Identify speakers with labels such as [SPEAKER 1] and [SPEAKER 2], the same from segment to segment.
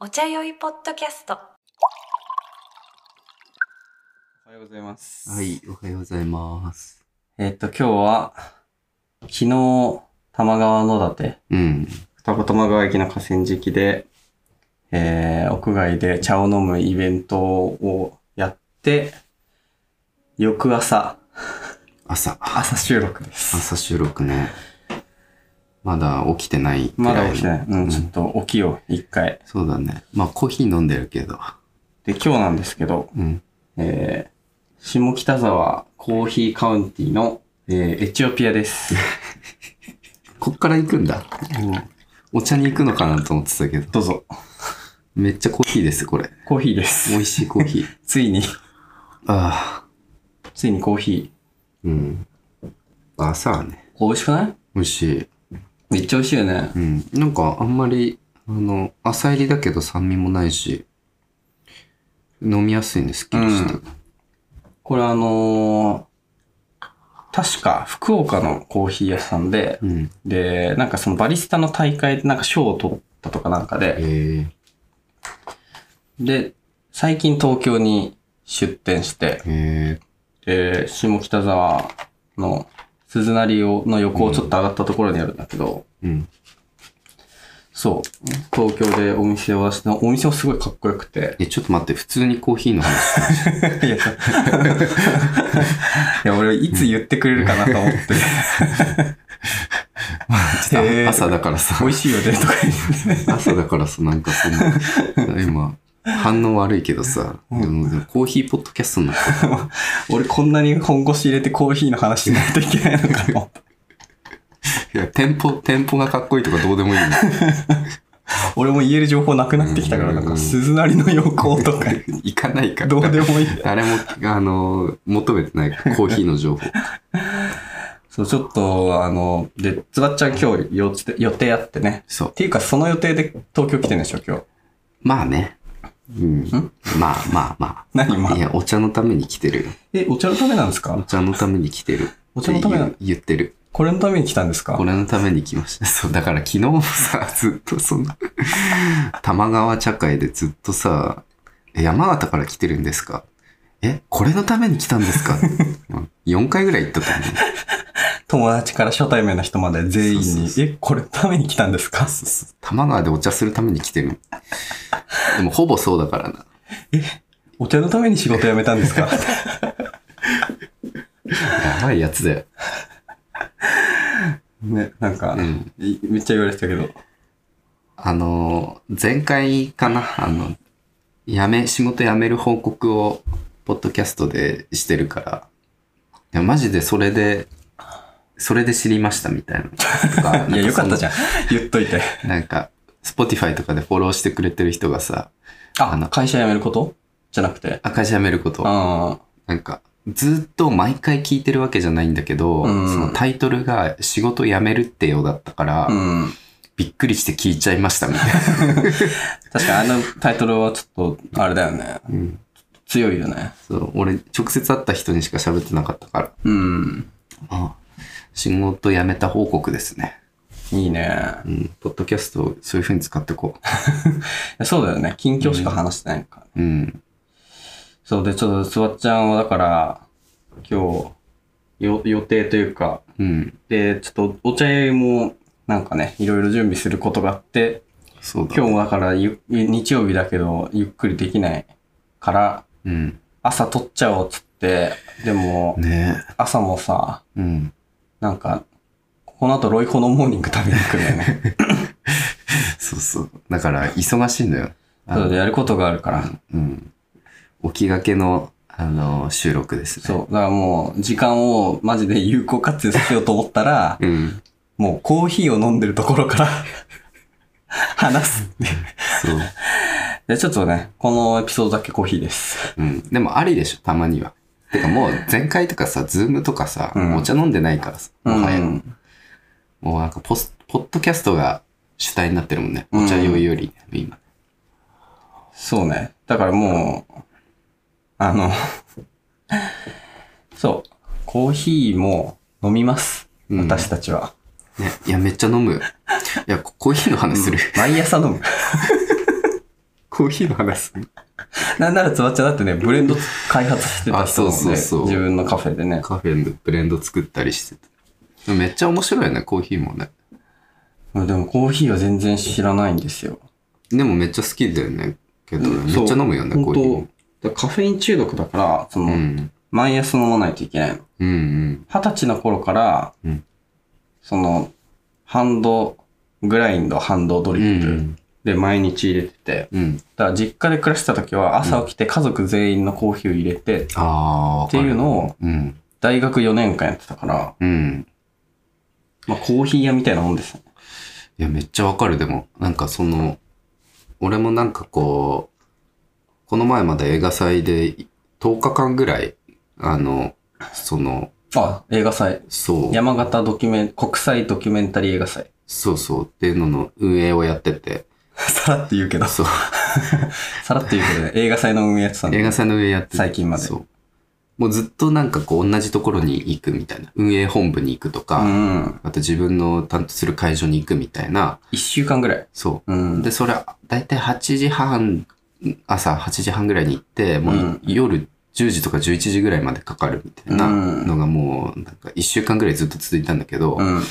[SPEAKER 1] お茶酔いポッドキャスト。
[SPEAKER 2] おはようございます。
[SPEAKER 3] はい、おはようございます。
[SPEAKER 2] えっと、今日は、昨日、多摩川野立、
[SPEAKER 3] うん。
[SPEAKER 2] 双子玉川駅の河川敷で、えー、屋外で茶を飲むイベントをやって、翌朝、
[SPEAKER 3] 朝。
[SPEAKER 2] 朝収録です。
[SPEAKER 3] 朝収録ね。まだ起きてないく
[SPEAKER 2] ま
[SPEAKER 3] らい
[SPEAKER 2] だ
[SPEAKER 3] の
[SPEAKER 2] 起きてない。うん、ちょっと起きよう、一回。
[SPEAKER 3] そうだね。まあ、コーヒー飲んでるけど。
[SPEAKER 2] で、今日なんですけど、
[SPEAKER 3] うん。
[SPEAKER 2] えー、下北沢コーヒーカウンティの、えー、エチオピアです。
[SPEAKER 3] こっから行くんだ。お茶に行くのかなと思ってたけ ど。
[SPEAKER 2] どうぞ。
[SPEAKER 3] めっちゃコーヒーです、これ。
[SPEAKER 2] コーヒーで
[SPEAKER 3] 美
[SPEAKER 2] す。
[SPEAKER 3] 味しいコーヒ ー。
[SPEAKER 2] ついに、
[SPEAKER 3] ああ。
[SPEAKER 2] ついにコーヒ
[SPEAKER 3] うん。朝はね。
[SPEAKER 2] ー。これ美味しくない
[SPEAKER 3] 美味しい。
[SPEAKER 2] めっちゃ美味しいよね
[SPEAKER 3] う。ん。なんか、あんまり、あの、朝入りだけど酸味もないし、飲みやすいんですっきりして。
[SPEAKER 2] うんこれあのー確か福岡のコーヒー屋さんで、
[SPEAKER 3] うん。
[SPEAKER 2] で、なんかそのバリスタの大会でなんか賞を取ったとかなんかで、
[SPEAKER 3] ええ
[SPEAKER 2] で、最近東京に出店して、
[SPEAKER 3] え
[SPEAKER 2] で、下北沢の鈴なりをの横をちょっと上がったところにあるんだけど、
[SPEAKER 3] えうん。
[SPEAKER 2] そう、東京でお店を出して、お店もすごいかっこよくて、
[SPEAKER 3] え、ちょっと待って、普通にコーヒーの話。
[SPEAKER 2] いや、そういや俺いつ言ってくれるかなと思 って。
[SPEAKER 3] ちょっと
[SPEAKER 2] へー
[SPEAKER 3] 朝だから さ
[SPEAKER 2] 美、味しいよねとか言って。
[SPEAKER 3] 朝だからさ、なんかその、今、反応悪いけどさ、でもでもコーヒーポッドキャストになった。
[SPEAKER 2] 俺こんなに本腰入れてコーヒーの話しないといけないのかも。
[SPEAKER 3] いや、店舗、店舗がかっこいいとかどうでもいいの。
[SPEAKER 2] 俺も言える情報なくなってきたから、なん
[SPEAKER 3] う
[SPEAKER 2] か
[SPEAKER 3] ん
[SPEAKER 2] 鈴なりの横とか、
[SPEAKER 3] 行かないから。
[SPEAKER 2] どうでもいい。
[SPEAKER 3] 誰も、あの、求めてないコーヒーの情報。
[SPEAKER 2] そう、ちょっと、あの、で、つばっちゃん今日予定予定あってね。
[SPEAKER 3] そう
[SPEAKER 2] っ。ていうか、その予定で東京来てんでしょ、今日。
[SPEAKER 3] まあね。うん。まあまあま
[SPEAKER 2] 何ま
[SPEAKER 3] あ。
[SPEAKER 2] あ。
[SPEAKER 3] いや、お茶のために来てるよ。
[SPEAKER 2] え、お茶のためなんです
[SPEAKER 3] お
[SPEAKER 2] か
[SPEAKER 3] 茶のために来てる。
[SPEAKER 2] お茶のためな
[SPEAKER 3] って言う言ってる。
[SPEAKER 2] これのために来たんですか
[SPEAKER 3] これのために来ました。 そう、だから昨日もさ、 ずっとその、玉川茶会でずっとさ、え山形から来てるんですかえ、これのために来たんですか ?4 回ぐらい行ったと思う。
[SPEAKER 2] 友達から初対面の人まで全員に、
[SPEAKER 3] そうそうそ
[SPEAKER 2] え、これのために来たんですか
[SPEAKER 3] 玉川でお茶するために来てる。でもほぼそうだからな。
[SPEAKER 2] お茶のために仕事辞めたんですか
[SPEAKER 3] やばいやつだよ。
[SPEAKER 2] ね、なんか、
[SPEAKER 3] うん。
[SPEAKER 2] いめっちゃ言われてたけど。
[SPEAKER 3] あの、前回かなあの、やめ、仕事辞める報告を、ポッドキャストでしてるから、いや、マジでそれで、それで知りましたみたいなのとか
[SPEAKER 2] いや、よかったじ
[SPEAKER 3] ゃ
[SPEAKER 2] ゃん。言っといて。
[SPEAKER 3] ん。なんか、Spotify とかでフォローしてくれてる人がさ、
[SPEAKER 2] あ、
[SPEAKER 3] あの
[SPEAKER 2] 会社辞めることじゃなくて。
[SPEAKER 3] 赤字辞めること、
[SPEAKER 2] あ
[SPEAKER 3] なんか、ずっと毎回聞いてるわけじゃないんだけど、
[SPEAKER 2] うん
[SPEAKER 3] そのタイトルが仕事辞めるってようだったから、
[SPEAKER 2] あ、うん。
[SPEAKER 3] びっくりして聞いちゃいましたみたいな。
[SPEAKER 2] 確かにあのタイトルはちょっと、あれだよね。
[SPEAKER 3] うん
[SPEAKER 2] 強いよね。
[SPEAKER 3] そう、俺、直接会った人にしか喋ってなかったから、
[SPEAKER 2] うん。
[SPEAKER 3] あ仕事辞めた報告ですね。
[SPEAKER 2] いいね。
[SPEAKER 3] うん。ポッドキャストをそういう風に使ってこ
[SPEAKER 2] そうだよね。近況しか話してないから。
[SPEAKER 3] う。うん。
[SPEAKER 2] そうで、ちょっと、すわっちゃんはだから、今日、よ予定というか、
[SPEAKER 3] うん。
[SPEAKER 2] で、ちょっとお茶屋も、なんかね、いろいろ準備することがあって、
[SPEAKER 3] そうだ。
[SPEAKER 2] 今日もだからゆ、日曜日だけど、ゆっくりできないから、
[SPEAKER 3] うん。
[SPEAKER 2] 朝撮っちゃおうっつって、でも、
[SPEAKER 3] ね
[SPEAKER 2] 朝もさ、
[SPEAKER 3] え。うん。
[SPEAKER 2] なんか、この後ロイコのモーニング食べに行くんだよね。
[SPEAKER 3] そうそう。だから、忙しいのよ。 あ
[SPEAKER 2] そう
[SPEAKER 3] の
[SPEAKER 2] でやることがあるから。
[SPEAKER 3] うん。起きがけの、あの、収録ですね。
[SPEAKER 2] そう。だからもう、時間をマジで有効活用させようと思ったら、
[SPEAKER 3] う。ん。
[SPEAKER 2] もうコーヒーを飲んでるところから、 話すっていう。
[SPEAKER 3] そう。
[SPEAKER 2] で、ちょっとね、このエピソードだけコーヒーです。
[SPEAKER 3] うん。でも、ありでしょ、たまには。てか、もう、前回とかさ、ズームとかさ、
[SPEAKER 2] うん
[SPEAKER 3] お茶飲んでないからさ、もはや。
[SPEAKER 2] うん
[SPEAKER 3] もうなんかポス、ポッドキャストが主体になってるもんね。
[SPEAKER 2] うん
[SPEAKER 3] お茶酔いより、今。
[SPEAKER 2] そうね。だからもう、あの、そう。コーヒーも飲みます。
[SPEAKER 3] うん
[SPEAKER 2] 私たちは。
[SPEAKER 3] ね、いや、めっちゃ飲む。いや、ココーヒーの話する。
[SPEAKER 2] 毎朝飲む。
[SPEAKER 3] コーヒーの話する
[SPEAKER 2] なんならつばっちゃんだってね、ブレンド開発してた人もね、
[SPEAKER 3] あそうそうそう
[SPEAKER 2] 自分のカフェでね。
[SPEAKER 3] カフェのブレンド作ったりしてて。でもめっちゃ面白いね、コーヒーもね。
[SPEAKER 2] うんでもコーヒーは全然知らないんですよ。
[SPEAKER 3] でもめっちゃ好きだよね。けどね、め
[SPEAKER 2] そう
[SPEAKER 3] っちゃ飲むよね、コ
[SPEAKER 2] 本
[SPEAKER 3] ーヒーも。
[SPEAKER 2] 当カフェイン中毒だから、その、
[SPEAKER 3] うん。
[SPEAKER 2] 毎朝飲まないといけないの。
[SPEAKER 3] うんうん。
[SPEAKER 2] 二十歳の頃から、
[SPEAKER 3] うん
[SPEAKER 2] その、ハンドグラインド、ハンドド
[SPEAKER 3] う
[SPEAKER 2] リップ
[SPEAKER 3] ん。
[SPEAKER 2] で毎日入れてて、
[SPEAKER 3] うん。
[SPEAKER 2] だから実家で暮らしてた時は朝起きて家族全員のコーヒーを入れて、
[SPEAKER 3] ああ。
[SPEAKER 2] っていうのを
[SPEAKER 3] うん。
[SPEAKER 2] 大学4年間やってたから、
[SPEAKER 3] うん。
[SPEAKER 2] まあコーヒー屋みたいなもんですね。
[SPEAKER 3] いや、めっちゃわかる、でも。なんかその、俺もなんかこう、この前まで映画祭で10日間ぐらい、あの、その、
[SPEAKER 2] あ、映画祭。
[SPEAKER 3] そう。
[SPEAKER 2] 山形ドキュメン、国際ドキュメンタリー映画祭。
[SPEAKER 3] そうそうっていうのの運営をやってて、
[SPEAKER 2] さらって言うけど、
[SPEAKER 3] そう、
[SPEAKER 2] さらって言うけどね、映画祭の運営やってたん
[SPEAKER 3] 映
[SPEAKER 2] で。
[SPEAKER 3] 画祭の運営やってて、
[SPEAKER 2] 最近まで
[SPEAKER 3] そう。もうずっとなんかこう同じところに行くみたいな、運営本部に行くとか、
[SPEAKER 2] うん。
[SPEAKER 3] あと自分の担当する会場に行くみたいな、
[SPEAKER 2] 一週間ぐらい。
[SPEAKER 3] そうう。
[SPEAKER 2] ん。
[SPEAKER 3] で、それ、だいたい8時半、朝8時半ぐらいに行って、もうい、
[SPEAKER 2] うん
[SPEAKER 3] 夜10時とか11時ぐらいまでかかるみたいな
[SPEAKER 2] うん
[SPEAKER 3] のがもう、なんか1週間ぐらいずっと続いたんだけど、
[SPEAKER 2] うん。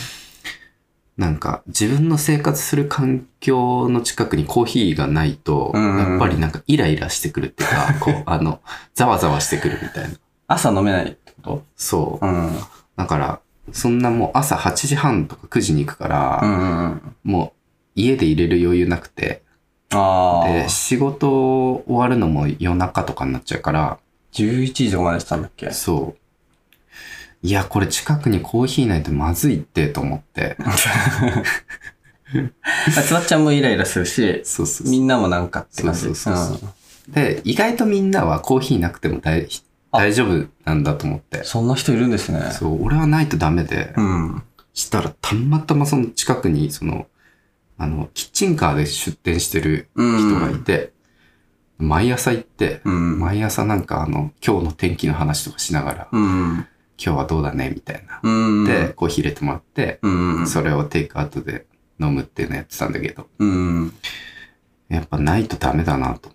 [SPEAKER 3] なんか自分の生活する環境の近くにコーヒーがないと、
[SPEAKER 2] うんうんうん
[SPEAKER 3] やっぱりなんかイライラしてくるっていう か、こう、あの、ざわざわしてくるみたいな。
[SPEAKER 2] 朝飲めないってこ
[SPEAKER 3] そ
[SPEAKER 2] とう
[SPEAKER 3] う。
[SPEAKER 2] ん。うん
[SPEAKER 3] だから、そんなもう朝8時半とか9時に行くから、
[SPEAKER 2] うんうん。
[SPEAKER 3] もう家で入れる余裕なくて、
[SPEAKER 2] ああ。
[SPEAKER 3] で、仕事終わるのも夜中とかになっちゃうから、
[SPEAKER 2] 11時までしたんだっけ
[SPEAKER 3] そう。いや、これ近くにコーヒーないとまずいってと 思って。
[SPEAKER 2] あつばっちゃんもイライラするし、
[SPEAKER 3] そうそうそう
[SPEAKER 2] みんなもなんかって感じ。
[SPEAKER 3] そうそうそう
[SPEAKER 2] うん
[SPEAKER 3] で、意外とみんなはコーヒーなくても大
[SPEAKER 2] あ
[SPEAKER 3] 大丈夫なんだと思って。
[SPEAKER 2] そんな人いるんですね。
[SPEAKER 3] そう、俺はないとダメで、
[SPEAKER 2] うん。
[SPEAKER 3] したらたまたまその近くに、その、あの、キッチンカーで出店してる人がいて、毎朝行って、
[SPEAKER 2] うん。
[SPEAKER 3] 毎朝なんかあの、今日の天気の話とかしながら、
[SPEAKER 2] うん。
[SPEAKER 3] 今日はどうだねみたいな。
[SPEAKER 2] うん。
[SPEAKER 3] で、、コーヒー入れてもらって、
[SPEAKER 2] うん。
[SPEAKER 3] それをテイクアウトで飲むっていうのやってたんだけど、
[SPEAKER 2] うん。い
[SPEAKER 3] やっぱないとダメだなと。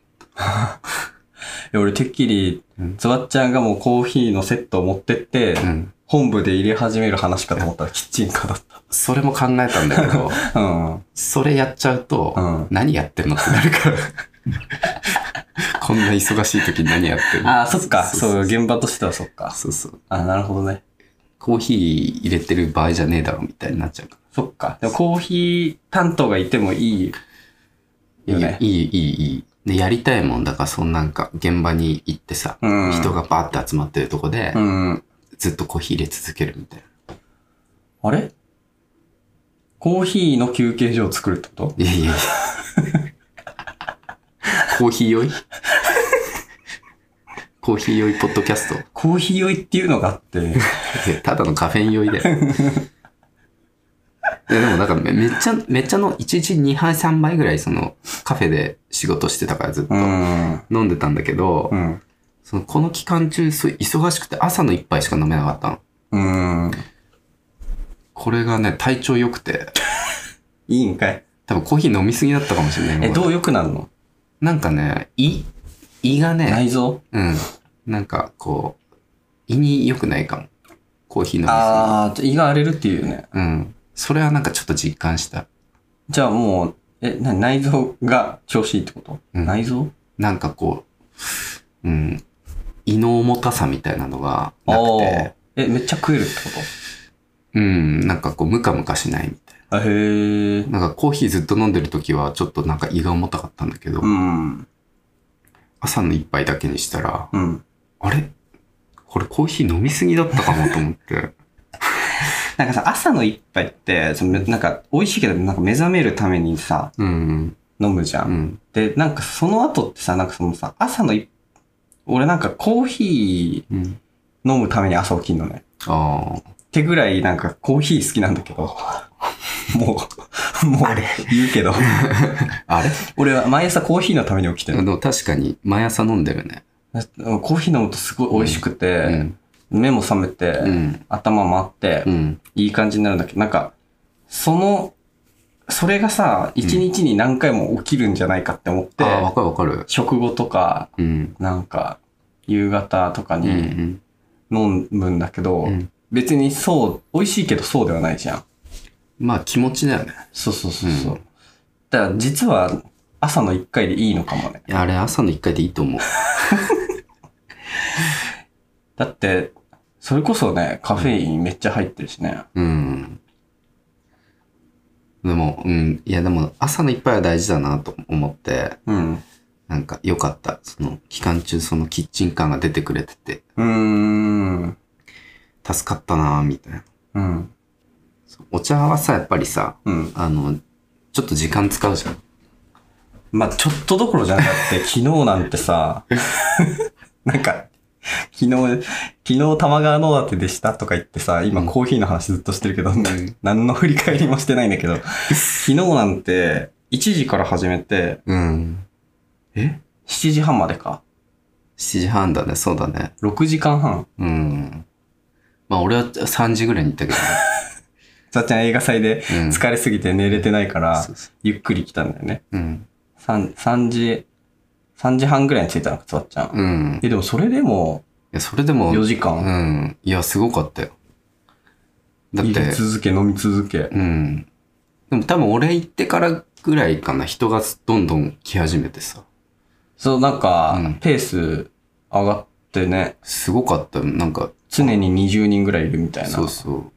[SPEAKER 2] や俺、てっきり
[SPEAKER 3] うん、
[SPEAKER 2] つばっちゃんがもうコーヒーのセットを持ってって、
[SPEAKER 3] うん。
[SPEAKER 2] 本部で入れ始める話かと思ったらキッチンカーだっ
[SPEAKER 3] それも考えたんだけ ど、
[SPEAKER 2] た。うん。
[SPEAKER 3] それやっちゃうと、
[SPEAKER 2] うん
[SPEAKER 3] 何やってんのってな るから。こんな忙しい時に何やってんの
[SPEAKER 2] ああ、そっか。そう、
[SPEAKER 3] そう
[SPEAKER 2] 現場としてはそっか。
[SPEAKER 3] そうそう。
[SPEAKER 2] あーなるほどね。
[SPEAKER 3] コーヒー入れてる場合じゃねえだろみたいになっちゃうか
[SPEAKER 2] そっか。でもコーヒー担当がいてもいい
[SPEAKER 3] ら。
[SPEAKER 2] よね。
[SPEAKER 3] いい、いい、いい。で、やりたいもんだから、そのなんか、現場に行ってさ、
[SPEAKER 2] うん
[SPEAKER 3] 人がバーって集まってるとこで、
[SPEAKER 2] うん。
[SPEAKER 3] ずっとコーヒー入れ続けるみたいな。
[SPEAKER 2] あれコーヒーの休憩所を作るってこと
[SPEAKER 3] いや いやいや。コーヒー酔いコーヒー酔いポッドキャスト。
[SPEAKER 2] コーヒー酔いっていうのがあ って、
[SPEAKER 3] いや ただのカフェイン酔いだ よ。いやでもなんかめめっちゃ、めっちゃの1日2杯3杯ぐらいそのカフェで仕事してたからずっと
[SPEAKER 2] うん。
[SPEAKER 3] 飲んでたんだけど、
[SPEAKER 2] うん。
[SPEAKER 3] そのこの期間中そう忙しくて朝の1杯しか飲めなかったの。
[SPEAKER 2] うん。
[SPEAKER 3] これがね、体調良くて、
[SPEAKER 2] いいんかい。
[SPEAKER 3] 多分コーヒー飲みすぎだったかもしれない。
[SPEAKER 2] え、どう良くなるの
[SPEAKER 3] なんかね、胃、胃がね、
[SPEAKER 2] 内臓
[SPEAKER 3] うん。なんかこう、胃に良くないかも。コーヒー飲みす
[SPEAKER 2] ああ、胃が荒れるっていうね。
[SPEAKER 3] ぎ。うん。それはなんかちょっと実感した。
[SPEAKER 2] じゃあもう、え、な内臓が調子いいってこと、
[SPEAKER 3] うん
[SPEAKER 2] 内臓
[SPEAKER 3] なんかこう、うん、胃の重たさみたいなのがなく
[SPEAKER 2] ー
[SPEAKER 3] て、
[SPEAKER 2] え、めっちゃ食えるって
[SPEAKER 3] うん、なんかこう、ムカムカしないみたい
[SPEAKER 2] ことあへえ。
[SPEAKER 3] な。なんかコーヒーずっと飲んでる時は、ちょっとなんか胃が重たかったんだけど、
[SPEAKER 2] うん。
[SPEAKER 3] 朝の一杯だけにしたら、
[SPEAKER 2] うん。
[SPEAKER 3] あれこれコーヒー飲みすぎだったかもと思って。
[SPEAKER 2] なんかさ、朝の一杯って、そのなんか、美味しいけど、なんか目覚めるためにさ、
[SPEAKER 3] うん、
[SPEAKER 2] 飲むじゃ。
[SPEAKER 3] うんん、
[SPEAKER 2] で、なんかその後ってさ、なんかそのさ、朝の一俺なんかコーヒ
[SPEAKER 3] うん。
[SPEAKER 2] ー飲むために朝起きんのね。
[SPEAKER 3] あ
[SPEAKER 2] ってぐらいなんかコーヒー好きなんだ けど、もう、もう言うけど、
[SPEAKER 3] あ。あれ
[SPEAKER 2] 俺は毎朝コーヒーのために起きて
[SPEAKER 3] で
[SPEAKER 2] る。
[SPEAKER 3] も確かに、毎朝飲んでるね。
[SPEAKER 2] コーヒー飲むとすごい美味しく
[SPEAKER 3] う
[SPEAKER 2] て、
[SPEAKER 3] ん、
[SPEAKER 2] 目も覚めて、
[SPEAKER 3] うん、
[SPEAKER 2] 頭もあって
[SPEAKER 3] う、ん。
[SPEAKER 2] いい感じになるんだけど、なんか、そのそれがさ、一日に何回も起きるんじゃないかって思って、
[SPEAKER 3] ああ、わかるわかる。
[SPEAKER 2] 食後とか、
[SPEAKER 3] うん。
[SPEAKER 2] なんか、夕方とか
[SPEAKER 3] うんう
[SPEAKER 2] に
[SPEAKER 3] ん。
[SPEAKER 2] 飲むんだけど、
[SPEAKER 3] うん
[SPEAKER 2] 別にそう、美味しいけどそうではないじゃん。
[SPEAKER 3] まあ気持ちだよね。
[SPEAKER 2] そうそうそうそう。
[SPEAKER 3] うん
[SPEAKER 2] だから実は朝の1回でいいのかもね。
[SPEAKER 3] いやあれ朝の一回でいいと思う。
[SPEAKER 2] だって、それこそね、カフェインめっちゃ入ってるしね。
[SPEAKER 3] うん。でも、うん。いやでも朝の一杯は大事だなと思って、
[SPEAKER 2] うん。
[SPEAKER 3] なんか良かった。その期間中そのキッチン感が出てくれてて、
[SPEAKER 2] うーん。
[SPEAKER 3] 助かったなみたいな。
[SPEAKER 2] うん。
[SPEAKER 3] そうお茶はさ、やっぱりさ、
[SPEAKER 2] うん。
[SPEAKER 3] あの、ちょっと時間使うじゃん。
[SPEAKER 2] まあ、ちょっとどころじゃなくて、 昨日なんてさ、 なんか、昨日、昨日玉川野立でしたとか言ってさ、今
[SPEAKER 3] うん
[SPEAKER 2] コーヒーの話ずっとしてるけ ど、
[SPEAKER 3] ん
[SPEAKER 2] 何の振り返りもしてないんだけ ど、昨日なんて1時から始めて、
[SPEAKER 3] うん。
[SPEAKER 2] え ?7 時半までか。
[SPEAKER 3] 7時半だね、そうだね。
[SPEAKER 2] 6時間半。
[SPEAKER 3] うん。まあ俺は3時ぐらいに行ったけどね。
[SPEAKER 2] さっちゃん映画祭で
[SPEAKER 3] うん
[SPEAKER 2] 疲れすぎて寝れてないから
[SPEAKER 3] そ、うそ
[SPEAKER 2] ゆっくり来たんだよね。
[SPEAKER 3] ううん。
[SPEAKER 2] 3、3時、3時半ぐらいに着いたのか、つわっちゃん。
[SPEAKER 3] うん。い
[SPEAKER 2] え、でもそれでも
[SPEAKER 3] や、それでも、
[SPEAKER 2] 4時間、
[SPEAKER 3] うん。いや、すごかったよ。だっ
[SPEAKER 2] 入れ
[SPEAKER 3] て、
[SPEAKER 2] 続け、飲み続け。
[SPEAKER 3] うん。でも多分俺行ってからぐらいかな、人がどんどん来始めてさ。
[SPEAKER 2] そう、なんか、
[SPEAKER 3] うん
[SPEAKER 2] ペース上がってね、
[SPEAKER 3] すごかったよ。なんか、
[SPEAKER 2] 常に20人ぐらいいるみたいな。
[SPEAKER 3] そうそう。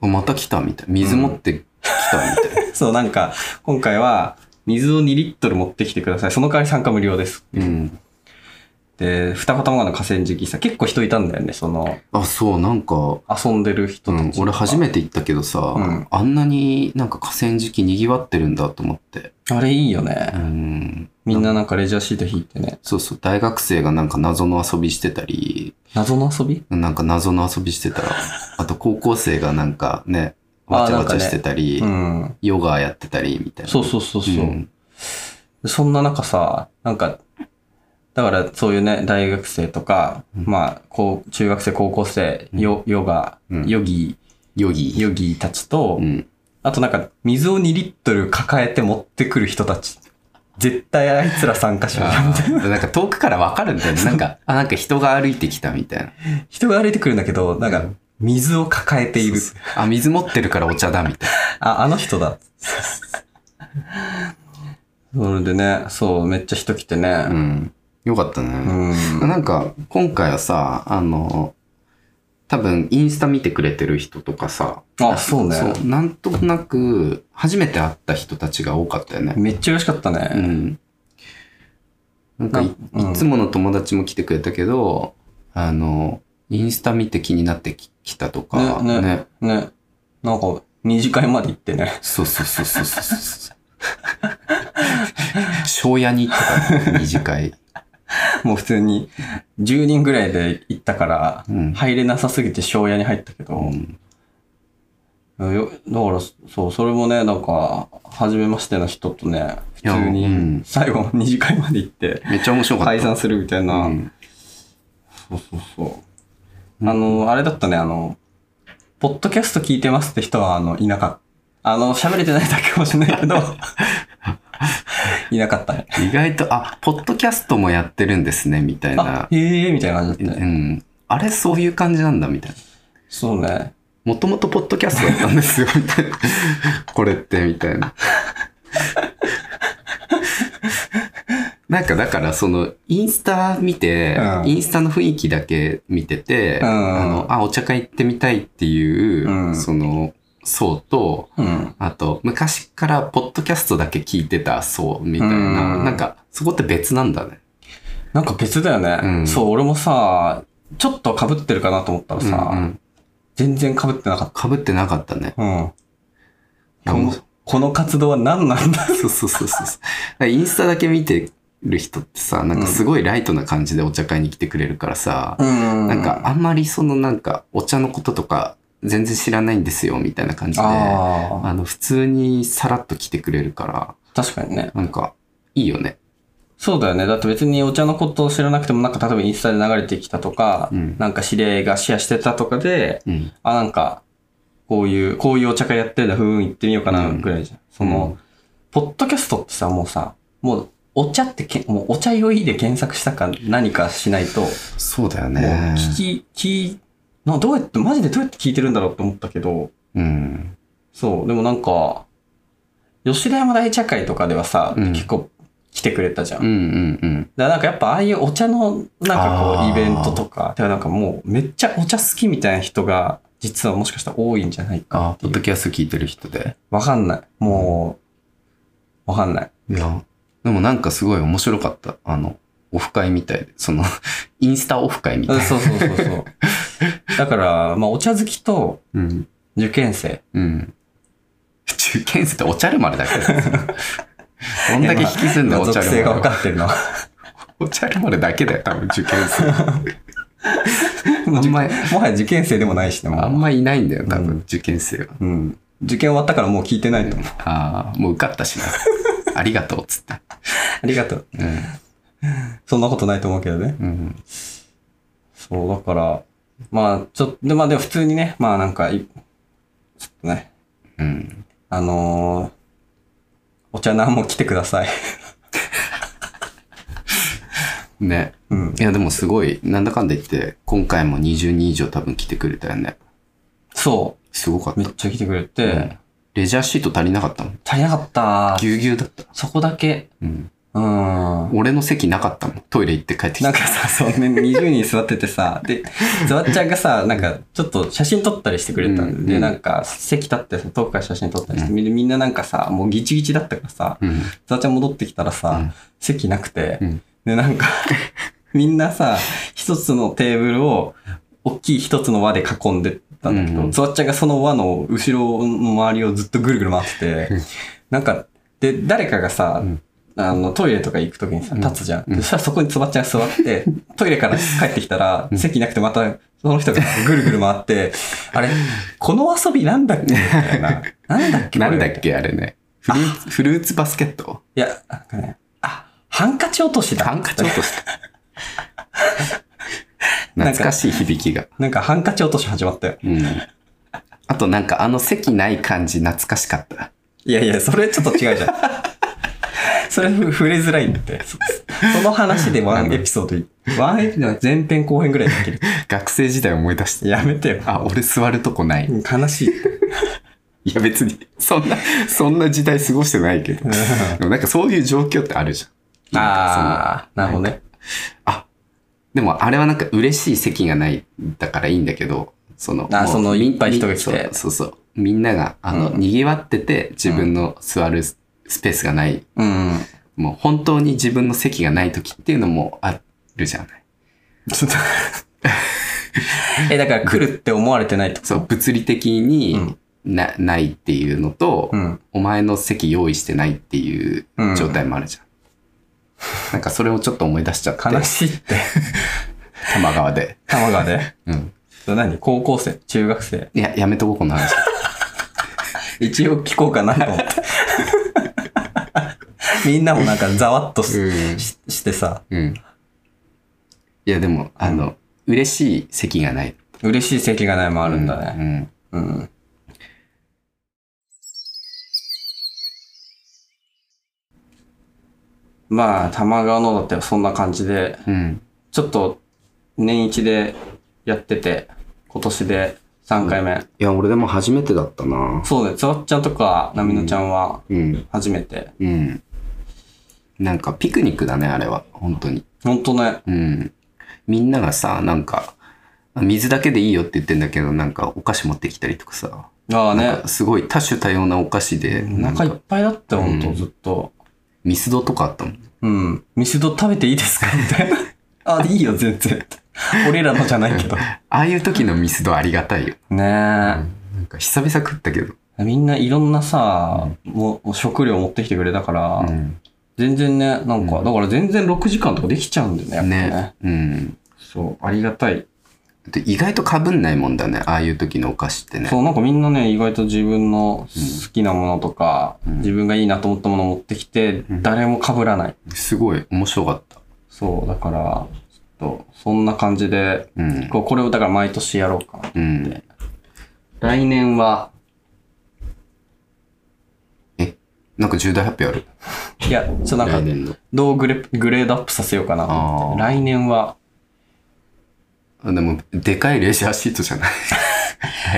[SPEAKER 3] あまた来たみたい。水持って来たみたい。
[SPEAKER 2] そうなんか、今回は、水を2リットル持ってきてください。その代わり参加無料です。
[SPEAKER 3] うん。
[SPEAKER 2] で、二子玉川の河川敷さ、結構人いたんだよね、その、
[SPEAKER 3] あ、そう、なんか、
[SPEAKER 2] 遊んでる人
[SPEAKER 3] う
[SPEAKER 2] た
[SPEAKER 3] ん、
[SPEAKER 2] ち。
[SPEAKER 3] 俺初めて行ったけどさ、
[SPEAKER 2] うん
[SPEAKER 3] あんなになんか河川敷賑わってるんだと思って。
[SPEAKER 2] あれいいよ
[SPEAKER 3] う
[SPEAKER 2] ね。
[SPEAKER 3] ん。
[SPEAKER 2] みんななんかレジャーシート引いてね。
[SPEAKER 3] そうそう、大学生がなんか謎の遊びしてたり、
[SPEAKER 2] 謎の遊び
[SPEAKER 3] なんか謎の遊びし てたら、あと高校生がなんかね、
[SPEAKER 2] あー
[SPEAKER 3] わちゃ
[SPEAKER 2] な
[SPEAKER 3] わ
[SPEAKER 2] んか
[SPEAKER 3] ちゃ
[SPEAKER 2] ね
[SPEAKER 3] してたり、
[SPEAKER 2] うん。
[SPEAKER 3] ヨガやってたりみたいな。
[SPEAKER 2] そうそうそうそう。
[SPEAKER 3] ん
[SPEAKER 2] そんな中さ、なんか、だからそういうね、大学生とか、
[SPEAKER 3] うん
[SPEAKER 2] まあ、こう、中学生、高校生、ヨヨガ、
[SPEAKER 3] うん
[SPEAKER 2] ヨギ、
[SPEAKER 3] ヨギ。
[SPEAKER 2] ヨギたちと、
[SPEAKER 3] うん。
[SPEAKER 2] あとなんか、水を2リットル抱えて持ってくる人たち。絶対あいつら参加しま
[SPEAKER 3] あ
[SPEAKER 2] す。
[SPEAKER 3] ーなんか遠くからわかるんだよね。なんか、あ、なんか人が歩いてきたみたいな。
[SPEAKER 2] 人が歩いてくるんだけど、なんか、水を抱えている。
[SPEAKER 3] そうそうあ、水持ってるからお茶だみたい
[SPEAKER 2] あ、あの人だ。それでね、そう、めっちゃ人来て
[SPEAKER 3] な。う
[SPEAKER 2] ね。
[SPEAKER 3] ん。よかったね。
[SPEAKER 2] うん。
[SPEAKER 3] なんか、今回はさ、あの、多分、インスタ見てくれてる人とかさ、
[SPEAKER 2] あ、そうね。
[SPEAKER 3] そう、なんとなく、初めて会った人たちが多かったよね。
[SPEAKER 2] めっちゃ嬉しかったね。
[SPEAKER 3] うん。なんかい、
[SPEAKER 2] うん
[SPEAKER 3] いつもの友達も来てくれたけど、あの、インスタ見て気になってききたとか、
[SPEAKER 2] ねね
[SPEAKER 3] ね。
[SPEAKER 2] ね。なんか、二次会まで行ってね。
[SPEAKER 3] そうそうそうそうそうそう。庄屋に行ったから、二次会。
[SPEAKER 2] もう普通に、10人ぐらいで行ったから、
[SPEAKER 3] うん
[SPEAKER 2] 入れなさすぎて庄屋に入ったけ
[SPEAKER 3] う
[SPEAKER 2] ど、
[SPEAKER 3] ん
[SPEAKER 2] よだから、そう、それもね、なんか、初めましての人とね、普
[SPEAKER 3] いや
[SPEAKER 2] 通
[SPEAKER 3] う
[SPEAKER 2] に
[SPEAKER 3] ん、
[SPEAKER 2] 最後、二次会まで行って、
[SPEAKER 3] めっちゃ面白かった。
[SPEAKER 2] 解散するみたいな、
[SPEAKER 3] うん
[SPEAKER 2] そうそうそう。あの、あれだったね、あの、ポッドキャスト聞いてますって人は、あの、いなかった。あの、喋れてないだけかもしれ ないけど、いなかったね。
[SPEAKER 3] 意外と、あ、ポッドキャストもやってるんですね、みたい
[SPEAKER 2] あ
[SPEAKER 3] な、。
[SPEAKER 2] へえー、みたいな感じ
[SPEAKER 3] う
[SPEAKER 2] だったね。
[SPEAKER 3] ん。あれ、そういう感じなんだ、みたいな。
[SPEAKER 2] そうね。
[SPEAKER 3] もともとポッドキャストだったんですよ、みたいな。これって、みたいな。なんかだからそのインスタ見て、
[SPEAKER 2] うん
[SPEAKER 3] インスタの雰囲気だけ見てて、
[SPEAKER 2] うん
[SPEAKER 3] あのあお茶会行ってみたいっていう、
[SPEAKER 2] うん
[SPEAKER 3] その層と
[SPEAKER 2] うん。
[SPEAKER 3] あと昔からポッドキャストだけ聞いてた層みたいな、
[SPEAKER 2] うん
[SPEAKER 3] なんかそこって別なんだね。
[SPEAKER 2] なんか別だよね。
[SPEAKER 3] うん
[SPEAKER 2] そう、俺もさ、ちょっと被ってるかなと思ったらさ、全然被ってなかっ
[SPEAKER 3] かぶってなかったね。
[SPEAKER 2] た。うん。
[SPEAKER 3] や
[SPEAKER 2] この
[SPEAKER 3] もう
[SPEAKER 2] この活動は何なん だ
[SPEAKER 3] そうそうそうそうそう。だからインスタだけ見てる人ってさ、なんかすごいライトな感じでお茶会に来てくれるからさ、
[SPEAKER 2] ん
[SPEAKER 3] なんか、あんまりそのなんかお茶のこととか全然知らないんですよみたいな感じで、
[SPEAKER 2] あ
[SPEAKER 3] あ
[SPEAKER 2] あ、
[SPEAKER 3] の普通にさらっと来てくれるから、
[SPEAKER 2] 確かにね。
[SPEAKER 3] なんかいいよね。
[SPEAKER 2] そうだよね。だって別にお茶のことを知らなくても、なんか例えばインスタで流れてきたとか、
[SPEAKER 3] うん
[SPEAKER 2] なんか知り合いがシェアしてたとかで、
[SPEAKER 3] うん。
[SPEAKER 2] あ、なんか、こういう、こういうお茶会やってるんだ、ふーん、行ってみようかな、
[SPEAKER 3] うん
[SPEAKER 2] ぐらいじゃん。その、ポッドキャストってさ、もうさ、もう、お茶ってけん、もうお茶酔いで検索したか何かしないと、も
[SPEAKER 3] そうだよ
[SPEAKER 2] う
[SPEAKER 3] ね。
[SPEAKER 2] 聞き、聞き、な、どうやって、マジでどうやって聞いてるんだろうって思ったけど、
[SPEAKER 3] うん。
[SPEAKER 2] そう、でもなんか、吉田山大茶会とかではさ、
[SPEAKER 3] うん
[SPEAKER 2] 結構来てくれたじゃん。
[SPEAKER 3] うんうんうん。
[SPEAKER 2] だからなんかやっぱああいうお茶のなんかこ
[SPEAKER 3] あー
[SPEAKER 2] うイベントとか、ではなんかもうめっちゃお茶好きみたいな人が実はもしかしたら多いんじゃないか
[SPEAKER 3] あ
[SPEAKER 2] っ、て
[SPEAKER 3] ポ
[SPEAKER 2] い
[SPEAKER 3] ッド
[SPEAKER 2] う。
[SPEAKER 3] キャスト聞いてる人で。
[SPEAKER 2] わかんない。もう、わかんない。
[SPEAKER 3] いや。でもなんかすごい面白かった。あの、オフ会みたいで。その、インスタオフ会みた
[SPEAKER 2] う
[SPEAKER 3] い
[SPEAKER 2] ん
[SPEAKER 3] な。
[SPEAKER 2] そうそうそう そう。だから、まあお茶好きと
[SPEAKER 3] うん。
[SPEAKER 2] 受験生。
[SPEAKER 3] うん。受験生ってお茶るまでだから。 どんだけ引きずん
[SPEAKER 2] ま
[SPEAKER 3] だ
[SPEAKER 2] あ
[SPEAKER 3] お茶
[SPEAKER 2] 属性
[SPEAKER 3] る
[SPEAKER 2] が
[SPEAKER 3] ま
[SPEAKER 2] 分
[SPEAKER 3] で。
[SPEAKER 2] かってるの は。
[SPEAKER 3] お茶るまでだけだよ、多分受験生。
[SPEAKER 2] も
[SPEAKER 3] あんまり
[SPEAKER 2] はや受験生でもないしね、もう
[SPEAKER 3] あんまいないんだよ、多
[SPEAKER 2] う
[SPEAKER 3] 分
[SPEAKER 2] ん
[SPEAKER 3] 受験生は。
[SPEAKER 2] うん。受験終わったからもう聞いてないと思う。
[SPEAKER 3] ああ、もう受かった しな。ありがとう、つって。
[SPEAKER 2] ありがとう。そんなことないと思うけどね。
[SPEAKER 3] うん。うん。
[SPEAKER 2] そう、だから、まあ、ちょっと、でまあでも普通にね、まあなんかい、ちょっとね、
[SPEAKER 3] うん。
[SPEAKER 2] あのー、お茶なんも来てください。
[SPEAKER 3] ね。
[SPEAKER 2] うん。
[SPEAKER 3] いや、でもすごい、なんだかんだ言って、今回も20人以上多分来てくれたよね。
[SPEAKER 2] そ
[SPEAKER 3] すごかっ
[SPEAKER 2] う、め
[SPEAKER 3] た
[SPEAKER 2] っ。ちゃ来てくれて、
[SPEAKER 3] うんレジャーシート足りなかったもん。
[SPEAKER 2] 足りなかった
[SPEAKER 3] ぎゅうぎゅうだった。
[SPEAKER 2] そこだけ。
[SPEAKER 3] うん。
[SPEAKER 2] うん。な
[SPEAKER 3] 俺の席なかったもん。トイレ行って帰ってき
[SPEAKER 2] ん
[SPEAKER 3] た。
[SPEAKER 2] かさ、そうね、20人座っててさ、で、ズワッちゃんがさ、なんか、ちょっと写真撮ったりしてくれたんで、
[SPEAKER 3] うん
[SPEAKER 2] で
[SPEAKER 3] うん
[SPEAKER 2] なんか、席立ってさ、遠くから写真撮ったりして、みんななんかさ、もうギチギチだったからさ、
[SPEAKER 3] うん。
[SPEAKER 2] ズワッちゃん戻ってきたらさ、
[SPEAKER 3] うん
[SPEAKER 2] 席なくて、
[SPEAKER 3] うん
[SPEAKER 2] で、なん か、みんなさ、一つのテーブルを、大きい一つの輪で囲んでたんだけ
[SPEAKER 3] うんう
[SPEAKER 2] ど、
[SPEAKER 3] ん
[SPEAKER 2] つわっちゃんがその輪の後ろの周りをずっとぐるぐる回って
[SPEAKER 3] うん
[SPEAKER 2] て、なんか、で、誰かがさ
[SPEAKER 3] うん、
[SPEAKER 2] あの、トイレとか行くときにさ、
[SPEAKER 3] うん
[SPEAKER 2] 立つじゃん。
[SPEAKER 3] うん
[SPEAKER 2] でそしたらそこにつわっちゃんが座 って、トイレから帰ってきたら
[SPEAKER 3] う、ん
[SPEAKER 2] 席なくてまた、その人がぐるぐる回って、あれ、この遊びなんだっけみたいな。なんだっけこ
[SPEAKER 3] な
[SPEAKER 2] れ
[SPEAKER 3] んだっけあれね。フルーツ、フルーツバスケット
[SPEAKER 2] いや、なんかね、あ、ハンカチ落としだ。
[SPEAKER 3] ハンカチ落と した。懐かしい響きが。
[SPEAKER 2] なんかハンカチ落とし始まったよ。
[SPEAKER 3] うん。あとなんかあの席ない感じ懐かしかった。
[SPEAKER 2] いやいや、それちょっと違うじゃん。 それふ触れづらいんだって。そその話でワンエピソード、ワンエピソード前編後編ぐらいできる。
[SPEAKER 3] 学生時代思い出して。
[SPEAKER 2] やめてよ。
[SPEAKER 3] あ、俺座るとこない。
[SPEAKER 2] 悲 しい。
[SPEAKER 3] いや別に、そんな、そんな時代過ごしてないけど。でもなんかそういう状況ってあるじゃん。なんか
[SPEAKER 2] ああ、なるほどね。
[SPEAKER 3] そのあ、でもあれはなんか嬉しい席がない、だからいいんだけど、その、
[SPEAKER 2] あ
[SPEAKER 3] もう
[SPEAKER 2] その
[SPEAKER 3] み
[SPEAKER 2] いっぱい人が来て
[SPEAKER 3] みそうそうそう。みんなが、あの、
[SPEAKER 2] うん
[SPEAKER 3] 賑わってて自分の座るスペースがない。
[SPEAKER 2] うん。
[SPEAKER 3] もう本当に自分の席がない時っていうのもあるじゃない。
[SPEAKER 2] ちょっとえ、だから来るって思われてないってこと
[SPEAKER 3] そう、物理的にな,、ないっていうのと、
[SPEAKER 2] うん。
[SPEAKER 3] お前の席用意してないっていう
[SPEAKER 2] うん
[SPEAKER 3] 状態もあるじゃん。なんかそれをちょっと思い出しちゃって、
[SPEAKER 2] 悲しいって。
[SPEAKER 3] 多摩川で。
[SPEAKER 2] 玉川で。
[SPEAKER 3] うん。
[SPEAKER 2] それ 何高校生中学生
[SPEAKER 3] いや、やめとこう、この話。
[SPEAKER 2] 一応聞こうかなと思って。みんなもなんかざわっとし,、
[SPEAKER 3] うん
[SPEAKER 2] ししてさ、
[SPEAKER 3] うん。いや、でも、あの、嬉しい席がない。
[SPEAKER 2] 嬉しい席がないもあるんだね。
[SPEAKER 3] ね。
[SPEAKER 2] うん。まあ、玉川のだってそんな感じで、
[SPEAKER 3] うん。うん。
[SPEAKER 2] ちょっと年一でやってて、今年で3回目。
[SPEAKER 3] いや、俺でも初めてだったな
[SPEAKER 2] そうね、つわっちゃんとか、なみのちゃんは
[SPEAKER 3] うん。
[SPEAKER 2] 初めて。
[SPEAKER 3] うん。なんか、ピクニックだね、あれは。本当に。
[SPEAKER 2] ほんとね、
[SPEAKER 3] うん。みんながさ、なんか、水だけでいいよって言ってんだけど、なんかお菓子持ってきたりとかさ、
[SPEAKER 2] ああ
[SPEAKER 3] なん
[SPEAKER 2] ね
[SPEAKER 3] か、すごい多種多様なお菓子で、
[SPEAKER 2] お
[SPEAKER 3] なん
[SPEAKER 2] 腹いっ
[SPEAKER 3] か
[SPEAKER 2] ぱいだったよ、ほん
[SPEAKER 3] う
[SPEAKER 2] と、
[SPEAKER 3] ん
[SPEAKER 2] ずっと。
[SPEAKER 3] ミスドとかあったもん。
[SPEAKER 2] うん。ミスド食べていいですかみたいな。 あ、いいよ、全然。俺らのじゃないけど。ね
[SPEAKER 3] ああいう時のミスドありがたいよ。
[SPEAKER 2] え、
[SPEAKER 3] なんか久々食ったけど。
[SPEAKER 2] みんないろんなさ、もう食料持ってきてくれたから、
[SPEAKER 3] うん
[SPEAKER 2] 全然ね、なんか、
[SPEAKER 3] うん
[SPEAKER 2] だから全然6時間とかできちゃうんだよね、やっぱね。
[SPEAKER 3] ね。うん。
[SPEAKER 2] そう、ありがたい。
[SPEAKER 3] で意外とかぶんないもんだね、ああいう時のお菓子ってね。
[SPEAKER 2] そう、なんかみんなね、意外と自分の好きなものとか、
[SPEAKER 3] うん
[SPEAKER 2] 自分がいいなと思ったもの持ってきて、
[SPEAKER 3] ん
[SPEAKER 2] 誰も被らない。
[SPEAKER 3] すごい面白かった。
[SPEAKER 2] そう、だから、ちょっと、そんな感じで、
[SPEAKER 3] うん。
[SPEAKER 2] こうこれをだから毎年やろうかな。
[SPEAKER 3] うん。
[SPEAKER 2] 来年は、
[SPEAKER 3] なんか重大発表ある。
[SPEAKER 2] いや、ちょ、なん
[SPEAKER 3] 来
[SPEAKER 2] か、
[SPEAKER 3] 年の。
[SPEAKER 2] どうグレグレードアップさせようかなと思って。
[SPEAKER 3] あ
[SPEAKER 2] 来年は、
[SPEAKER 3] あでも、でかいレジャーシートじゃない。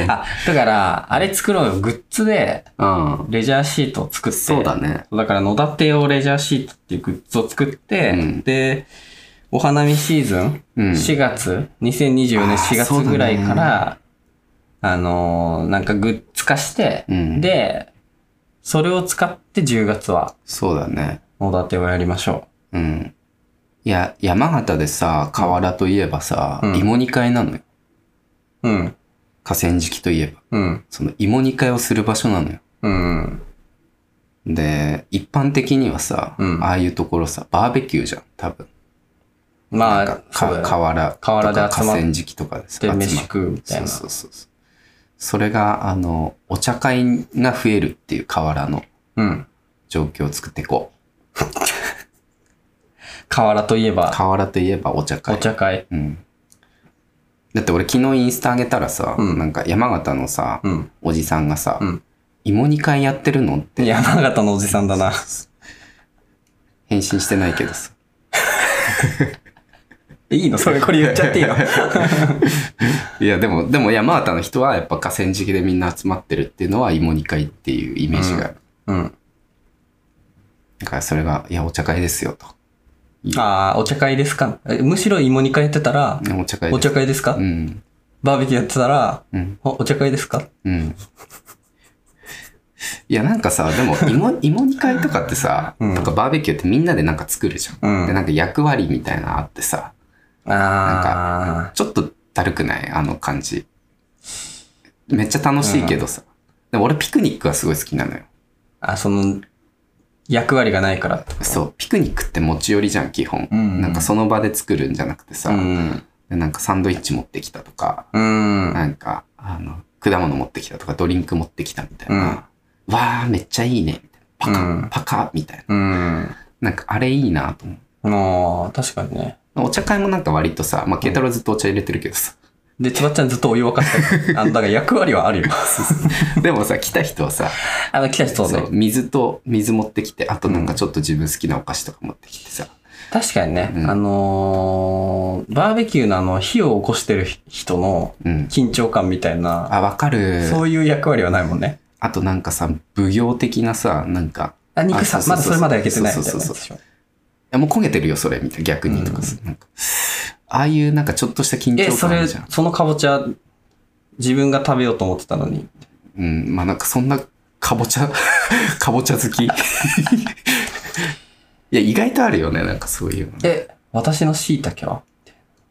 [SPEAKER 2] あ、だから、あれ作ろうよ。グッズで、
[SPEAKER 3] うん。
[SPEAKER 2] レジャーシートを作って。
[SPEAKER 3] そうだね。
[SPEAKER 2] だから野立用レジャーシートっていうグッズを作って、
[SPEAKER 3] うん
[SPEAKER 2] で、お花見シーズン、
[SPEAKER 3] うん
[SPEAKER 2] 4月、2024年
[SPEAKER 3] あー
[SPEAKER 2] 4
[SPEAKER 3] そ
[SPEAKER 2] 月
[SPEAKER 3] うだね
[SPEAKER 2] ぐらいから、あのーなんかグッズ化して、
[SPEAKER 3] うん
[SPEAKER 2] で、それを使って10月は
[SPEAKER 3] そうだね。
[SPEAKER 2] 野立をやりましょ
[SPEAKER 3] うん。いや、山形でさ、河原といえばさ、
[SPEAKER 2] うん
[SPEAKER 3] 芋煮会なのよ。
[SPEAKER 2] う。うん、
[SPEAKER 3] 河川敷といえば。
[SPEAKER 2] うん、
[SPEAKER 3] その芋煮会をする場所なのよ。
[SPEAKER 2] うん、
[SPEAKER 3] で、一般的にはさ、
[SPEAKER 2] うん
[SPEAKER 3] ああいうところさ、バーベキューじゃん、多分。
[SPEAKER 2] ま
[SPEAKER 3] なん
[SPEAKER 2] あ、
[SPEAKER 3] か
[SPEAKER 2] そうだ
[SPEAKER 3] か
[SPEAKER 2] よ
[SPEAKER 3] 河原とか
[SPEAKER 2] 河原で集まっ
[SPEAKER 3] 河川敷とかでさ
[SPEAKER 2] で、
[SPEAKER 3] 集ま
[SPEAKER 2] 飯食うみたい
[SPEAKER 3] そう
[SPEAKER 2] な。
[SPEAKER 3] そうそうそう。それが、あの、お茶会が増えるっていう河原の
[SPEAKER 2] うん。
[SPEAKER 3] 状況を作っていこう。
[SPEAKER 2] 河原といえば、
[SPEAKER 3] 河原といえばお茶
[SPEAKER 2] お
[SPEAKER 3] 会。
[SPEAKER 2] 茶会。
[SPEAKER 3] うん。だって俺昨日インスタ上げたらさ、
[SPEAKER 2] うん
[SPEAKER 3] なんか山形のさ、
[SPEAKER 2] うん。
[SPEAKER 3] おじさんがさ、
[SPEAKER 2] うん
[SPEAKER 3] 芋煮会やってるのって
[SPEAKER 2] 山形のおじさんだな。
[SPEAKER 3] 返信してないけどさ。
[SPEAKER 2] いいの それこれ言っちゃっていいの
[SPEAKER 3] いや、でも、でも山形の人はやっぱ河川敷でみんな集まってるっていうのは芋煮会っていうイメージがある。
[SPEAKER 2] うん。
[SPEAKER 3] だからそれが、いや、お茶会ですよと。
[SPEAKER 2] ああ、お茶会ですかえむしろ芋煮会やってたら、
[SPEAKER 3] ねお茶会です。
[SPEAKER 2] お茶会ですか、
[SPEAKER 3] うん。
[SPEAKER 2] バーベキューやってたら、
[SPEAKER 3] うん。
[SPEAKER 2] おお茶会ですか
[SPEAKER 3] うん。いや、なんかさ、でも、 芋、芋煮会とかってさ、
[SPEAKER 2] うん
[SPEAKER 3] とかバーベキューってみんなでなんか作るじゃん。
[SPEAKER 2] うん
[SPEAKER 3] で、なんか役割みたいなのあってさ、
[SPEAKER 2] ああ、
[SPEAKER 3] ちょっとだるくないあの感じ。めっちゃ楽しいけどさ。でも俺ピクニックがすごい好きなのよ。
[SPEAKER 2] あ、その、役割がないから。
[SPEAKER 3] そう、ピクニックって持ち寄りじゃん、基本。
[SPEAKER 2] うん
[SPEAKER 3] なんかその場で作るんじゃなくてさ、
[SPEAKER 2] うん。
[SPEAKER 3] でなんかサンドイッチ持ってきたとか、
[SPEAKER 2] うん。
[SPEAKER 3] なんか、あの、果物持ってきたとか、ドリンク持ってきたみたいな。わー、めっちゃいいね。みたい
[SPEAKER 2] う
[SPEAKER 3] な
[SPEAKER 2] ん
[SPEAKER 3] パカ、パカ、みたい
[SPEAKER 2] う
[SPEAKER 3] な。
[SPEAKER 2] ん。
[SPEAKER 3] なんか、あれいいなと思
[SPEAKER 2] あ
[SPEAKER 3] う。
[SPEAKER 2] あ、確かにね。
[SPEAKER 3] お茶会もなんか割とさ、まあ、ケイタロウずっとお茶入れてるけどさ。
[SPEAKER 2] で、つばっちゃんずっとお湯沸かしてた。あの、だから役割はあ るよ。
[SPEAKER 3] でもさ、来た人はさ、
[SPEAKER 2] あの、来た人
[SPEAKER 3] そ
[SPEAKER 2] ね
[SPEAKER 3] う。水と、水持ってきて、あとなんかちょっと自分好きなお菓子とか持ってきてさ。
[SPEAKER 2] 確かにね、
[SPEAKER 3] うん
[SPEAKER 2] あのーバーベキューのあの、火を起こしてる人の
[SPEAKER 3] うん。
[SPEAKER 2] 緊張感みたいな、
[SPEAKER 3] あ、わかる。
[SPEAKER 2] そういう役割はないもんね。
[SPEAKER 3] あとなんかさ、奉行的なさ、なんか、
[SPEAKER 2] あ、肉さ
[SPEAKER 3] あ、そう
[SPEAKER 2] まだ
[SPEAKER 3] そ
[SPEAKER 2] そう
[SPEAKER 3] そう
[SPEAKER 2] れまだ焼けてないみたいなやつ
[SPEAKER 3] そうそうそう
[SPEAKER 2] でしょ。
[SPEAKER 3] いやもう焦げてるよ、それ、みたいな。逆にとかさ。なんかああいうなんかちょっとした緊
[SPEAKER 2] え、
[SPEAKER 3] 張
[SPEAKER 2] そ
[SPEAKER 3] 感あ
[SPEAKER 2] れ、
[SPEAKER 3] るじゃん。
[SPEAKER 2] そのかぼちゃ、自分が食べようと思ってたのに。
[SPEAKER 3] うん、まあなんかそんな、かぼちゃ、 かぼちゃ好 き。いや、意外とあるよね、なんかそういうの。
[SPEAKER 2] え、私の椎茸は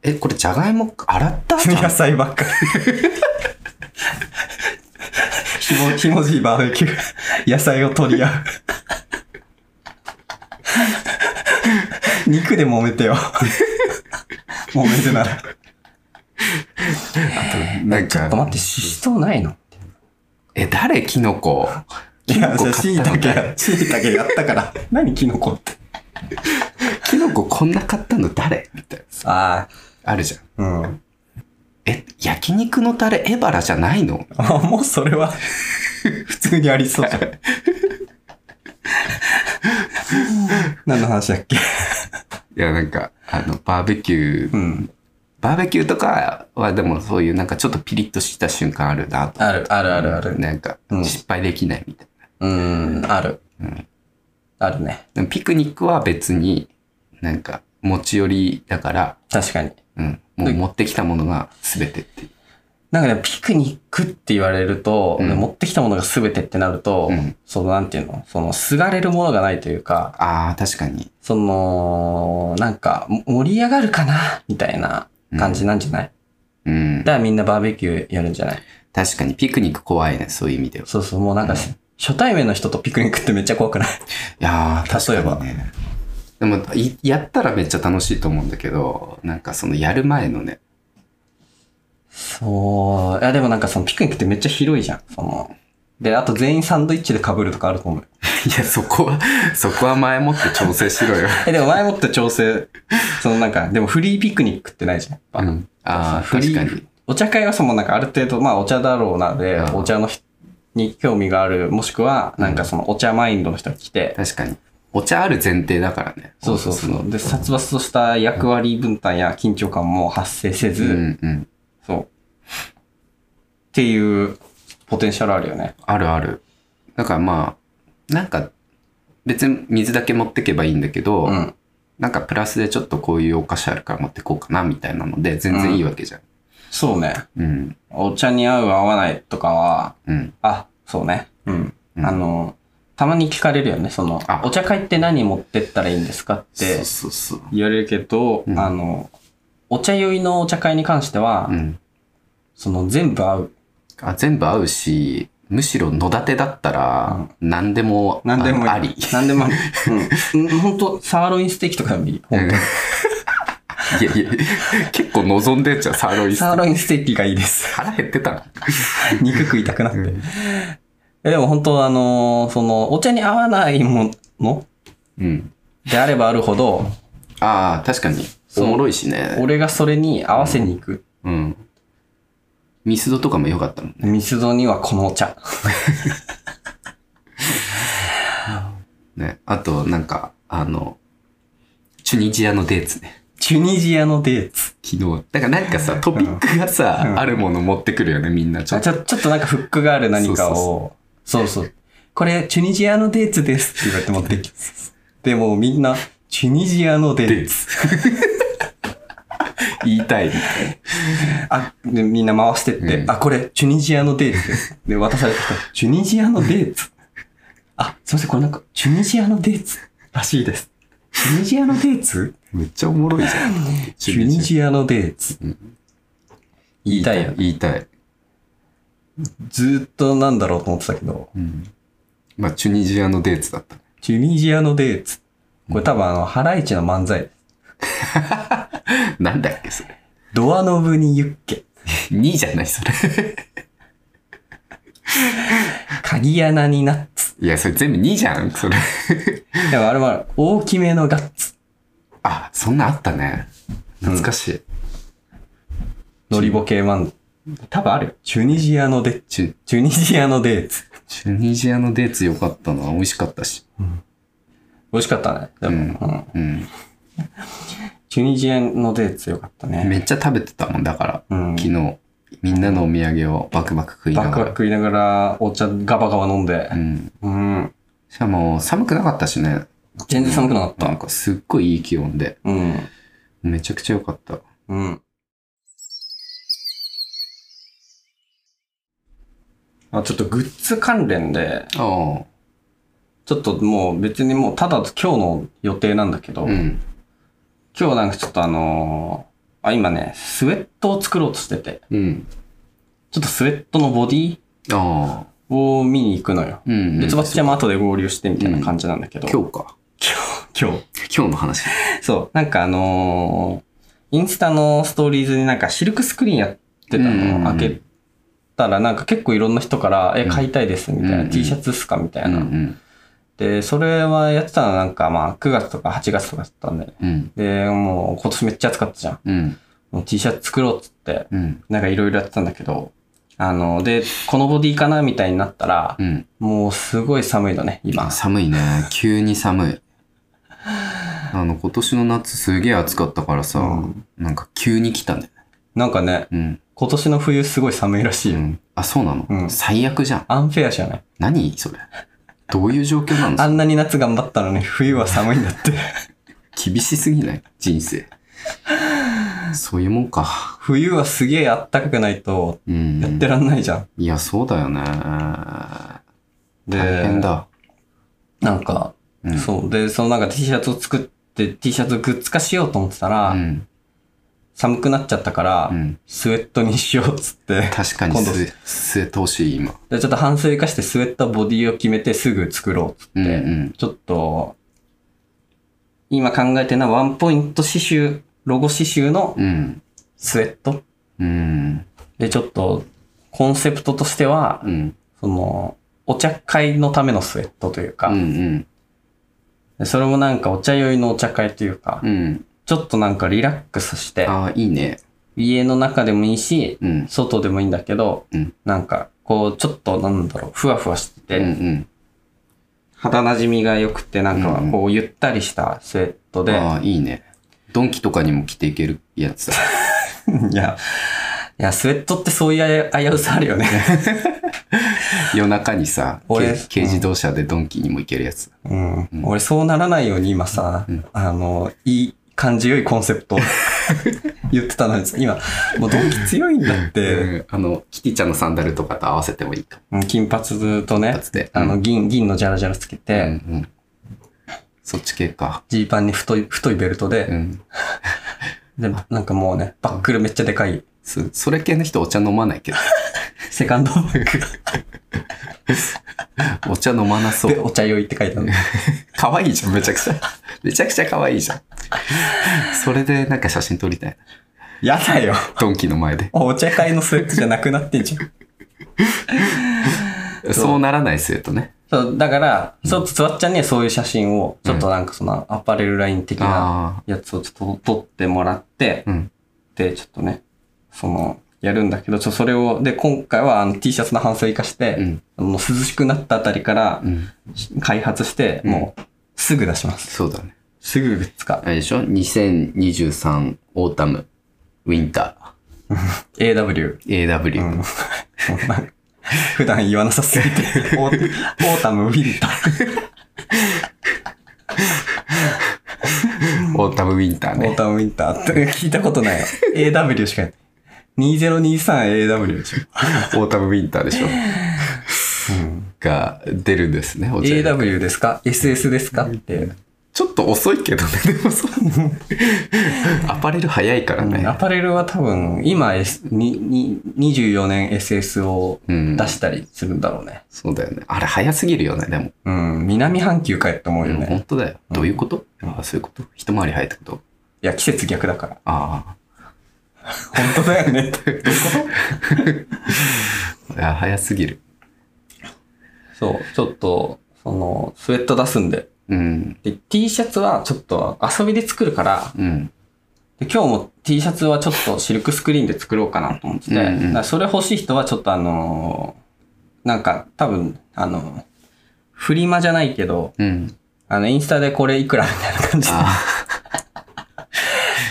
[SPEAKER 3] え、これじゃがいも洗ったちゃん
[SPEAKER 2] 野菜ばっかり。 ひも、ひもじいバーベキュー。野菜を取り合う。肉で揉めてよ。揉めるなら。
[SPEAKER 3] となん
[SPEAKER 2] ちょっと
[SPEAKER 3] か、
[SPEAKER 2] 待って、ししとうないの
[SPEAKER 3] え、誰キノコ
[SPEAKER 2] いや、
[SPEAKER 3] キノコ
[SPEAKER 2] 椎
[SPEAKER 3] 買ったの
[SPEAKER 2] 茸や、椎茸やったから。何キノコって。
[SPEAKER 3] キノコこんな買ったの誰みたいなさ。
[SPEAKER 2] あ
[SPEAKER 3] あるじゃん。
[SPEAKER 2] あ、うん。
[SPEAKER 3] え、焼肉のタレエバラじゃないの
[SPEAKER 2] あもうそれは、普通にありそうじゃん。 何の話だっけ
[SPEAKER 3] いや、なんか、あの、バーベキュー、
[SPEAKER 2] ん。
[SPEAKER 3] バーベキューとかはでもそういうなんかちょっとピリッとした瞬間あるなと。
[SPEAKER 2] ある、あるあるある。
[SPEAKER 3] なんか、
[SPEAKER 2] うん
[SPEAKER 3] 失敗できないみたいな。
[SPEAKER 2] うん、ある。あるね。
[SPEAKER 3] でもピクニックは別に、なんか、持ち寄りだから、
[SPEAKER 2] 確かに。
[SPEAKER 3] うん、もう
[SPEAKER 2] で
[SPEAKER 3] 持ってきたものが全てっていう。
[SPEAKER 2] なんかね、ピクニックって言われると、
[SPEAKER 3] うん
[SPEAKER 2] 持ってきたものが全てってなると、
[SPEAKER 3] うん
[SPEAKER 2] その、なんていうのその、すがれるものがないというか、
[SPEAKER 3] ああ、確かに。
[SPEAKER 2] その、なんか、も盛り上がるかなみたいな感じなんじゃない、
[SPEAKER 3] うん
[SPEAKER 2] だか。らみんなバーベキューやるんじゃない
[SPEAKER 3] 確かに、ピクニック怖いね、そういう意味では。
[SPEAKER 2] そうそう、もうなんかし、初対面の人とピクニックってめっちゃ怖くない
[SPEAKER 3] いやー、
[SPEAKER 2] 例え
[SPEAKER 3] 確
[SPEAKER 2] ば
[SPEAKER 3] かにね。でもいやったらめっちゃ楽しいと思うんだけど、なんかそのやる前のね、
[SPEAKER 2] そう。いや、でもなんかそのピクニックってめっちゃ広いじゃん。その、で、あと全員サンドイッチで被るとかあると思う。
[SPEAKER 3] いや、そこは、 そこは前もって調整しろよ。
[SPEAKER 2] え、でも前もって調整、そのなんか、でもフリーピクニックってないじゃん。
[SPEAKER 3] うん、ああ、
[SPEAKER 2] フ
[SPEAKER 3] 確
[SPEAKER 2] リー
[SPEAKER 3] かに。
[SPEAKER 2] お茶会はそのなんかある程度、まあお茶だろうなで、
[SPEAKER 3] うん
[SPEAKER 2] お茶の人に興味がある、もしくは、なんかそのお茶マインドの人が来て、
[SPEAKER 3] 確かに。お茶ある前提だからね。
[SPEAKER 2] そうそうそ
[SPEAKER 3] の
[SPEAKER 2] う。で、殺伐とした役割分担や緊張感も発生せず、
[SPEAKER 3] うんうん。
[SPEAKER 2] そう。っていうポテンシャルあるよね。
[SPEAKER 3] あるある。だからまあ、なんか、別に水だけ持ってけばいいんだけど、
[SPEAKER 2] うん。
[SPEAKER 3] なんかプラスでちょっとこういうお菓子あるから持ってこうかなみたいなので、全然いいわけじゃん。
[SPEAKER 2] そうね。
[SPEAKER 3] うん。
[SPEAKER 2] お茶に合う合わないとかは、
[SPEAKER 3] うん。
[SPEAKER 2] あ、そうね。うん。
[SPEAKER 3] うん
[SPEAKER 2] あの、たまに聞かれるよね。その
[SPEAKER 3] あ、
[SPEAKER 2] お茶会って何持ってったらいいんですかっ
[SPEAKER 3] そ
[SPEAKER 2] て
[SPEAKER 3] うそうそう。
[SPEAKER 2] 言われるけど、
[SPEAKER 3] うん
[SPEAKER 2] あの、お茶酔いのお茶会に関しては、
[SPEAKER 3] うん。
[SPEAKER 2] その全部合う。
[SPEAKER 3] あ全部合うし、むしろ野立てだったら、何でも、
[SPEAKER 2] 何でもいい。
[SPEAKER 3] ああり。
[SPEAKER 2] 何でもあり。 うん。本当サーロインステーキとかでもいい。ほんと
[SPEAKER 3] うんいやいや、結構望んでんじゃん、サーロインステ
[SPEAKER 2] サー
[SPEAKER 3] ーキ。
[SPEAKER 2] ロインステーキがいいです。
[SPEAKER 3] 腹減ってたな。
[SPEAKER 2] 肉食いたくなって。
[SPEAKER 3] うん
[SPEAKER 2] えでも本当あのーその、お茶に合わないもの
[SPEAKER 3] うん。
[SPEAKER 2] であればあるほど、
[SPEAKER 3] ああ、確かに。
[SPEAKER 2] そう
[SPEAKER 3] おもろいしね。
[SPEAKER 2] 俺がそれに合わせに行く。
[SPEAKER 3] うん。ミスドとかも良かったもんね。
[SPEAKER 2] ミスドにはこのお茶。
[SPEAKER 3] ね。あと、なんか、あの、チュニジアのデーツね。
[SPEAKER 2] チュニジアのデーツ。
[SPEAKER 3] 昨日。だからなんかさ、トピックがさ、
[SPEAKER 2] うん
[SPEAKER 3] あるもの持ってくるよね、みんな。ちょ
[SPEAKER 2] あ
[SPEAKER 3] っ
[SPEAKER 2] ち
[SPEAKER 3] と。
[SPEAKER 2] ょちょっとなんかフックがある何かを。そうそうこれ、チュニジアのデーツですって言われて持ってきて。でもみんな、チュニジアのデ
[SPEAKER 3] デー
[SPEAKER 2] ーツ。
[SPEAKER 3] ツ。言いたいみたいな。
[SPEAKER 2] あ、で、みんな回してって、
[SPEAKER 3] うん
[SPEAKER 2] あ、これ、チュニジアのデーツです。で、渡されてきた、チュニジアのデーツ。あ、すいません、これなんか、チュニジアのデーツらしいです。チュニジアのデーツ
[SPEAKER 3] めっちゃおもろいじゃん。
[SPEAKER 2] チュニジアのデーツ。言いたいよ。
[SPEAKER 3] 言いたい。
[SPEAKER 2] ずーっとなんだろうと思ってたけど、
[SPEAKER 3] うん。まあ、チュニジアのデーツだった。
[SPEAKER 2] チュニジアのデーツ。これ多分あの、ハライチの漫才。
[SPEAKER 3] なんだっけ、それ。
[SPEAKER 2] ドアノブにユッケ。
[SPEAKER 3] 2じゃない、それ。
[SPEAKER 2] 鍵穴にナッツ。
[SPEAKER 3] いや、それ全部2じゃん、それ。
[SPEAKER 2] でもあれもある大きめのガッツ。
[SPEAKER 3] あ、そんなんあったね。懐かしい。
[SPEAKER 2] ノリボ系漫才。多分あるよ。チュニジアのデッチ。
[SPEAKER 3] チュ
[SPEAKER 2] チュニジアのデーツ。
[SPEAKER 3] チュニジアのデーツ良かったな。美味しかったし。
[SPEAKER 2] 美味しかったね。でも、うん
[SPEAKER 3] うん。
[SPEAKER 2] チュニジアのデーツよかったね。
[SPEAKER 3] めっちゃ食べてたもんだか
[SPEAKER 2] う
[SPEAKER 3] ら、
[SPEAKER 2] ん
[SPEAKER 3] 昨日。みんなのお土産をバクバク食いな
[SPEAKER 2] バク
[SPEAKER 3] が
[SPEAKER 2] バク
[SPEAKER 3] ら。
[SPEAKER 2] 食いながらお茶ガバガバ飲んで
[SPEAKER 3] う。ん。
[SPEAKER 2] うん。
[SPEAKER 3] しかも寒くなかったしね。
[SPEAKER 2] 全然寒くなか
[SPEAKER 3] なん
[SPEAKER 2] っ
[SPEAKER 3] かすっごいいい気温で。
[SPEAKER 2] た。うん。
[SPEAKER 3] めちゃくちゃ良かった。
[SPEAKER 2] うん。あ、ちょっとグッズ関連で、
[SPEAKER 3] あ
[SPEAKER 2] ちょっともう別にもうただ今日の予定なんだけど、
[SPEAKER 3] あ。うん。
[SPEAKER 2] 今日なんかちょっとあのーあ、今ね、スウェットを作ろうとしてて、
[SPEAKER 3] うん。
[SPEAKER 2] ちょっとスウェットのボディ
[SPEAKER 3] ああ。
[SPEAKER 2] を見に行くのよ。
[SPEAKER 3] うん。
[SPEAKER 2] で、つばちちゃんも後で合流してみたいな感じなんだけど、
[SPEAKER 3] 今日か。
[SPEAKER 2] 今日。
[SPEAKER 3] 今日の話。
[SPEAKER 2] そう、なんかあのーインスタのストーリーズになんかシルクスクリーンやってた
[SPEAKER 3] うんうん
[SPEAKER 2] の
[SPEAKER 3] う
[SPEAKER 2] を
[SPEAKER 3] ん
[SPEAKER 2] 開けたらなんか結構いろんな人から、え、買いたいですみたいな、
[SPEAKER 3] うんうん
[SPEAKER 2] T シャツっすかみた
[SPEAKER 3] う
[SPEAKER 2] い
[SPEAKER 3] んう
[SPEAKER 2] な、
[SPEAKER 3] ん。
[SPEAKER 2] で、それはやってたのはなんかまあ9月とか8月とかだったんで、
[SPEAKER 3] うん。
[SPEAKER 2] で、もう今年めっちゃ暑かったじゃん。
[SPEAKER 3] うん。
[SPEAKER 2] もう T シャツ作ろうっつって、
[SPEAKER 3] うん。
[SPEAKER 2] なんかいろいろやってたんだけど、あの、で、このボディかなみたいになったら、
[SPEAKER 3] うん。
[SPEAKER 2] もうすごい寒いのね、今。
[SPEAKER 3] 寒いね。急に寒い。あの、今年の夏すげえ暑かったからさ、
[SPEAKER 2] うん
[SPEAKER 3] なんか急に来たね。
[SPEAKER 2] なんかね、
[SPEAKER 3] うん。
[SPEAKER 2] 今年の冬すごい寒いらしいよ。
[SPEAKER 3] うんあ、そうなの、
[SPEAKER 2] うん
[SPEAKER 3] 最悪じゃん。
[SPEAKER 2] アンフェアじゃない
[SPEAKER 3] 何それ。どういう状況な
[SPEAKER 2] あ
[SPEAKER 3] の
[SPEAKER 2] んなに夏頑張ったのに冬は寒いんだって。
[SPEAKER 3] 厳しすぎない人生。そういうもんか。
[SPEAKER 2] 冬はすげえあったかくないと
[SPEAKER 3] うん。
[SPEAKER 2] やってらんないじゃん。
[SPEAKER 3] いや、そうだよね。
[SPEAKER 2] で
[SPEAKER 3] 大変だ。
[SPEAKER 2] なんか、
[SPEAKER 3] うん
[SPEAKER 2] そう。で、そのなんか T シャツを作って T シャツをグッズ化しようと思ってたら、
[SPEAKER 3] うん。
[SPEAKER 2] 寒くなっちゃったから、
[SPEAKER 3] うん。
[SPEAKER 2] スウェットにしようっつって。
[SPEAKER 3] 確かに
[SPEAKER 2] 今度
[SPEAKER 3] す、すえてほしい、今。
[SPEAKER 2] で、ちょっと反省生かしてスウェットボディを決めてすぐ作ろうっつって。
[SPEAKER 3] うんうん
[SPEAKER 2] ちょっと、今考えてるのはワンポイント刺繍、ロゴ刺繍の
[SPEAKER 3] うん。
[SPEAKER 2] スウェット。
[SPEAKER 3] うん。
[SPEAKER 2] で、ちょっと、コンセプトとしては、
[SPEAKER 3] うん。
[SPEAKER 2] その、お茶会のためのスウェットというか、
[SPEAKER 3] うん。うん。
[SPEAKER 2] でそれもなんかお茶酔いのお茶会というか、
[SPEAKER 3] うん。
[SPEAKER 2] ちょっとなんかリラックスして、
[SPEAKER 3] ああ、いいね。
[SPEAKER 2] 家の中でもいいし、
[SPEAKER 3] うん。
[SPEAKER 2] 外でもいいんだけど、
[SPEAKER 3] うん
[SPEAKER 2] なんか、こう、ちょっと、なんだろう、ふわふわしてて、
[SPEAKER 3] うんうん。
[SPEAKER 2] 肌なじみが良くて、なん
[SPEAKER 3] うん
[SPEAKER 2] か
[SPEAKER 3] うん、
[SPEAKER 2] こう、ゆったりしたスウェットで、
[SPEAKER 3] ああ、いいね。ドンキとかにも着ていけるや つだ。
[SPEAKER 2] いや、いや、スウェットってそういう危うさあるよね。
[SPEAKER 3] 夜中にさ、
[SPEAKER 2] 俺
[SPEAKER 3] 軽軽自動車でドンキにも行けるやつ。
[SPEAKER 2] うん。俺、そうならないように今さ、
[SPEAKER 3] うん
[SPEAKER 2] あの、いい感じ良いコンセ プト言ってたのに、今、もうドンキ強いんだって、
[SPEAKER 3] うんあの、キティちゃんのサンダルとかと合わせてもいいかも。
[SPEAKER 2] うん金髪とね
[SPEAKER 3] か、つて。
[SPEAKER 2] あ
[SPEAKER 3] う
[SPEAKER 2] の、
[SPEAKER 3] ん
[SPEAKER 2] 銀、銀のジャラジャラつけ
[SPEAKER 3] うんう
[SPEAKER 2] て、
[SPEAKER 3] ん。そっち系か。
[SPEAKER 2] ジーパンに太い、太いベルト
[SPEAKER 3] う
[SPEAKER 2] で、
[SPEAKER 3] ん。
[SPEAKER 2] で、なんかもうね、バックルめっちゃでかい、
[SPEAKER 3] そそれ系の人お茶飲まないけど。
[SPEAKER 2] セカンドバッグ
[SPEAKER 3] お茶飲まなそ
[SPEAKER 2] で、
[SPEAKER 3] う。
[SPEAKER 2] お茶酔いって書いてある。
[SPEAKER 3] 可愛いじゃん、めちゃくちゃ。めちゃくちゃ可愛いじゃん。それでなんか写真撮りたいな。
[SPEAKER 2] やだよ。
[SPEAKER 3] ドンキの前で。
[SPEAKER 2] お茶会のスウェットじゃなくなってんじゃん。
[SPEAKER 3] そうならないスウェットね。
[SPEAKER 2] そう、だから、ちょっとつわっちゃんにはそういう写真を、ちょっとなんかそのアパレルライン的な
[SPEAKER 3] あ
[SPEAKER 2] やつをちょっと撮ってもらって
[SPEAKER 3] あ。、うん。
[SPEAKER 2] で、ちょっとね、その、やるんだけど、ちょっとそれを、で、今回はあの T シャツの反省を生かして、
[SPEAKER 3] うん。
[SPEAKER 2] もう涼しくなったあたりから
[SPEAKER 3] うん。
[SPEAKER 2] 開発して、
[SPEAKER 3] うん
[SPEAKER 2] もうすぐ出します。
[SPEAKER 3] そうだね。
[SPEAKER 2] すぐグッズ化
[SPEAKER 3] あ。れでしょ ?2023 オータム、ウィンタ
[SPEAKER 2] AW。
[SPEAKER 3] ー、AW。
[SPEAKER 2] うん 普段言わなさすぎて、 オーオータム、ウィンター、
[SPEAKER 3] オータムウィンター
[SPEAKER 2] オー
[SPEAKER 3] ね。
[SPEAKER 2] タム、ウィンターって聞いたことないよ。AW しかやってない。2023AW でしょ。
[SPEAKER 3] オータムウィンターでしょ。が出るんですね、お茶に
[SPEAKER 2] AW ですか ?SS ですかって。
[SPEAKER 3] ちょっと遅いけどね、でもそう。アパレル早いから
[SPEAKER 2] ア
[SPEAKER 3] ね。
[SPEAKER 2] パレルは多分、今、S、にに24年 SS を
[SPEAKER 3] うん
[SPEAKER 2] 出したりするんだろうね。
[SPEAKER 3] そうだよね。あれ早すぎるよね、でも。
[SPEAKER 2] うん、南半球かよって思うよ
[SPEAKER 3] うん本
[SPEAKER 2] ね。
[SPEAKER 3] 当だよ。どういうことああ、そういうこと一回り早いってこと
[SPEAKER 2] いや、季節逆だから。
[SPEAKER 3] あ
[SPEAKER 2] 本当だよね。どういうこと
[SPEAKER 3] あ。いや、早すぎる。
[SPEAKER 2] そう、ちょっと、その、スウェット出すんで。
[SPEAKER 3] うん。
[SPEAKER 2] で、T シャツはちょっと遊びで作るから、
[SPEAKER 3] うん。
[SPEAKER 2] で今日も T シャツはちょっとシルクスクリーンで作ろうかなと思ってて、
[SPEAKER 3] うんうん
[SPEAKER 2] だからそれ欲しい人はちょっとあのーなんか多分、あのーフリマじゃないけど、
[SPEAKER 3] うん。
[SPEAKER 2] あの、インスタでこれいくらみたいな感じで
[SPEAKER 3] あ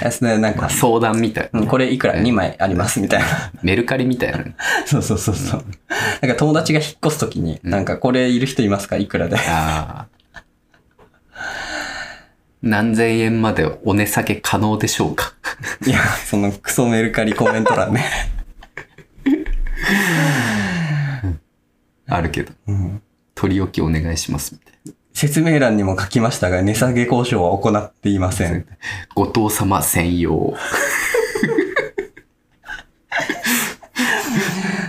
[SPEAKER 2] やつで、なん
[SPEAKER 3] あ、
[SPEAKER 2] か、
[SPEAKER 3] 相談みたいな
[SPEAKER 2] う
[SPEAKER 3] ね、
[SPEAKER 2] んこれいくら
[SPEAKER 3] うん
[SPEAKER 2] ?2 枚ありますみたいな。
[SPEAKER 3] メルカリみたいなね。
[SPEAKER 2] そうそうそうそう。なんか友達が引っ越すときに、
[SPEAKER 3] うん
[SPEAKER 2] なんかこれいる人いますかいく らで。
[SPEAKER 3] ああ。何千円までお値下げ可能でしょうか
[SPEAKER 2] いや、そのクソメルカリコメント欄ね。
[SPEAKER 3] あるけど。
[SPEAKER 2] うん
[SPEAKER 3] 取り置きお願いしますみたいな。
[SPEAKER 2] 説明欄にも書きましたが、値下げ交渉は行っていません。
[SPEAKER 3] ご当様専用。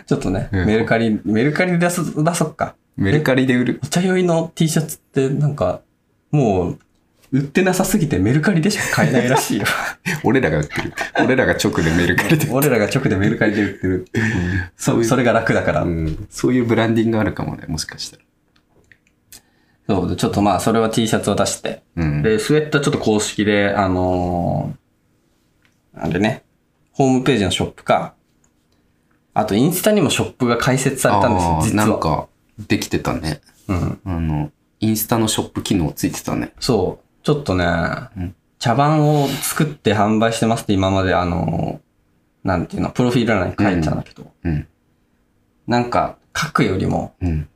[SPEAKER 2] ちょっとね、
[SPEAKER 3] うん
[SPEAKER 2] メルカリ、メルカリで出す、出そっか。
[SPEAKER 3] メルカリで売る。
[SPEAKER 2] お茶酔いの T シャツってなんか、もう、売ってなさすぎてメルカリでしか買えないら しいよ。
[SPEAKER 3] 俺らが売ってる。俺らが直でメルカリで。
[SPEAKER 2] 俺らが直でメルカリで売ってる。そそれが楽だから。
[SPEAKER 3] うんそういうブランディングあるかもね、もしかしたら。
[SPEAKER 2] そう、ちょっとまあ、それは T シャツを出して。
[SPEAKER 3] うん。
[SPEAKER 2] で、スウェットはちょっと公式で、あのー、なんでね、ホームページのショップか、あとインスタにもショップが開設されたんですよ
[SPEAKER 3] あ、ー
[SPEAKER 2] 実は。
[SPEAKER 3] なんか、できてたね。
[SPEAKER 2] うん。
[SPEAKER 3] あの、インスタのショップ機能ついてたね。
[SPEAKER 2] そう、ちょっとね、
[SPEAKER 3] ん
[SPEAKER 2] 茶番を作って販売してますって今まであのー、なんていうの、プロフィール欄に書いてたんだけど、
[SPEAKER 3] うん。
[SPEAKER 2] なんか書くよりも、
[SPEAKER 3] うん。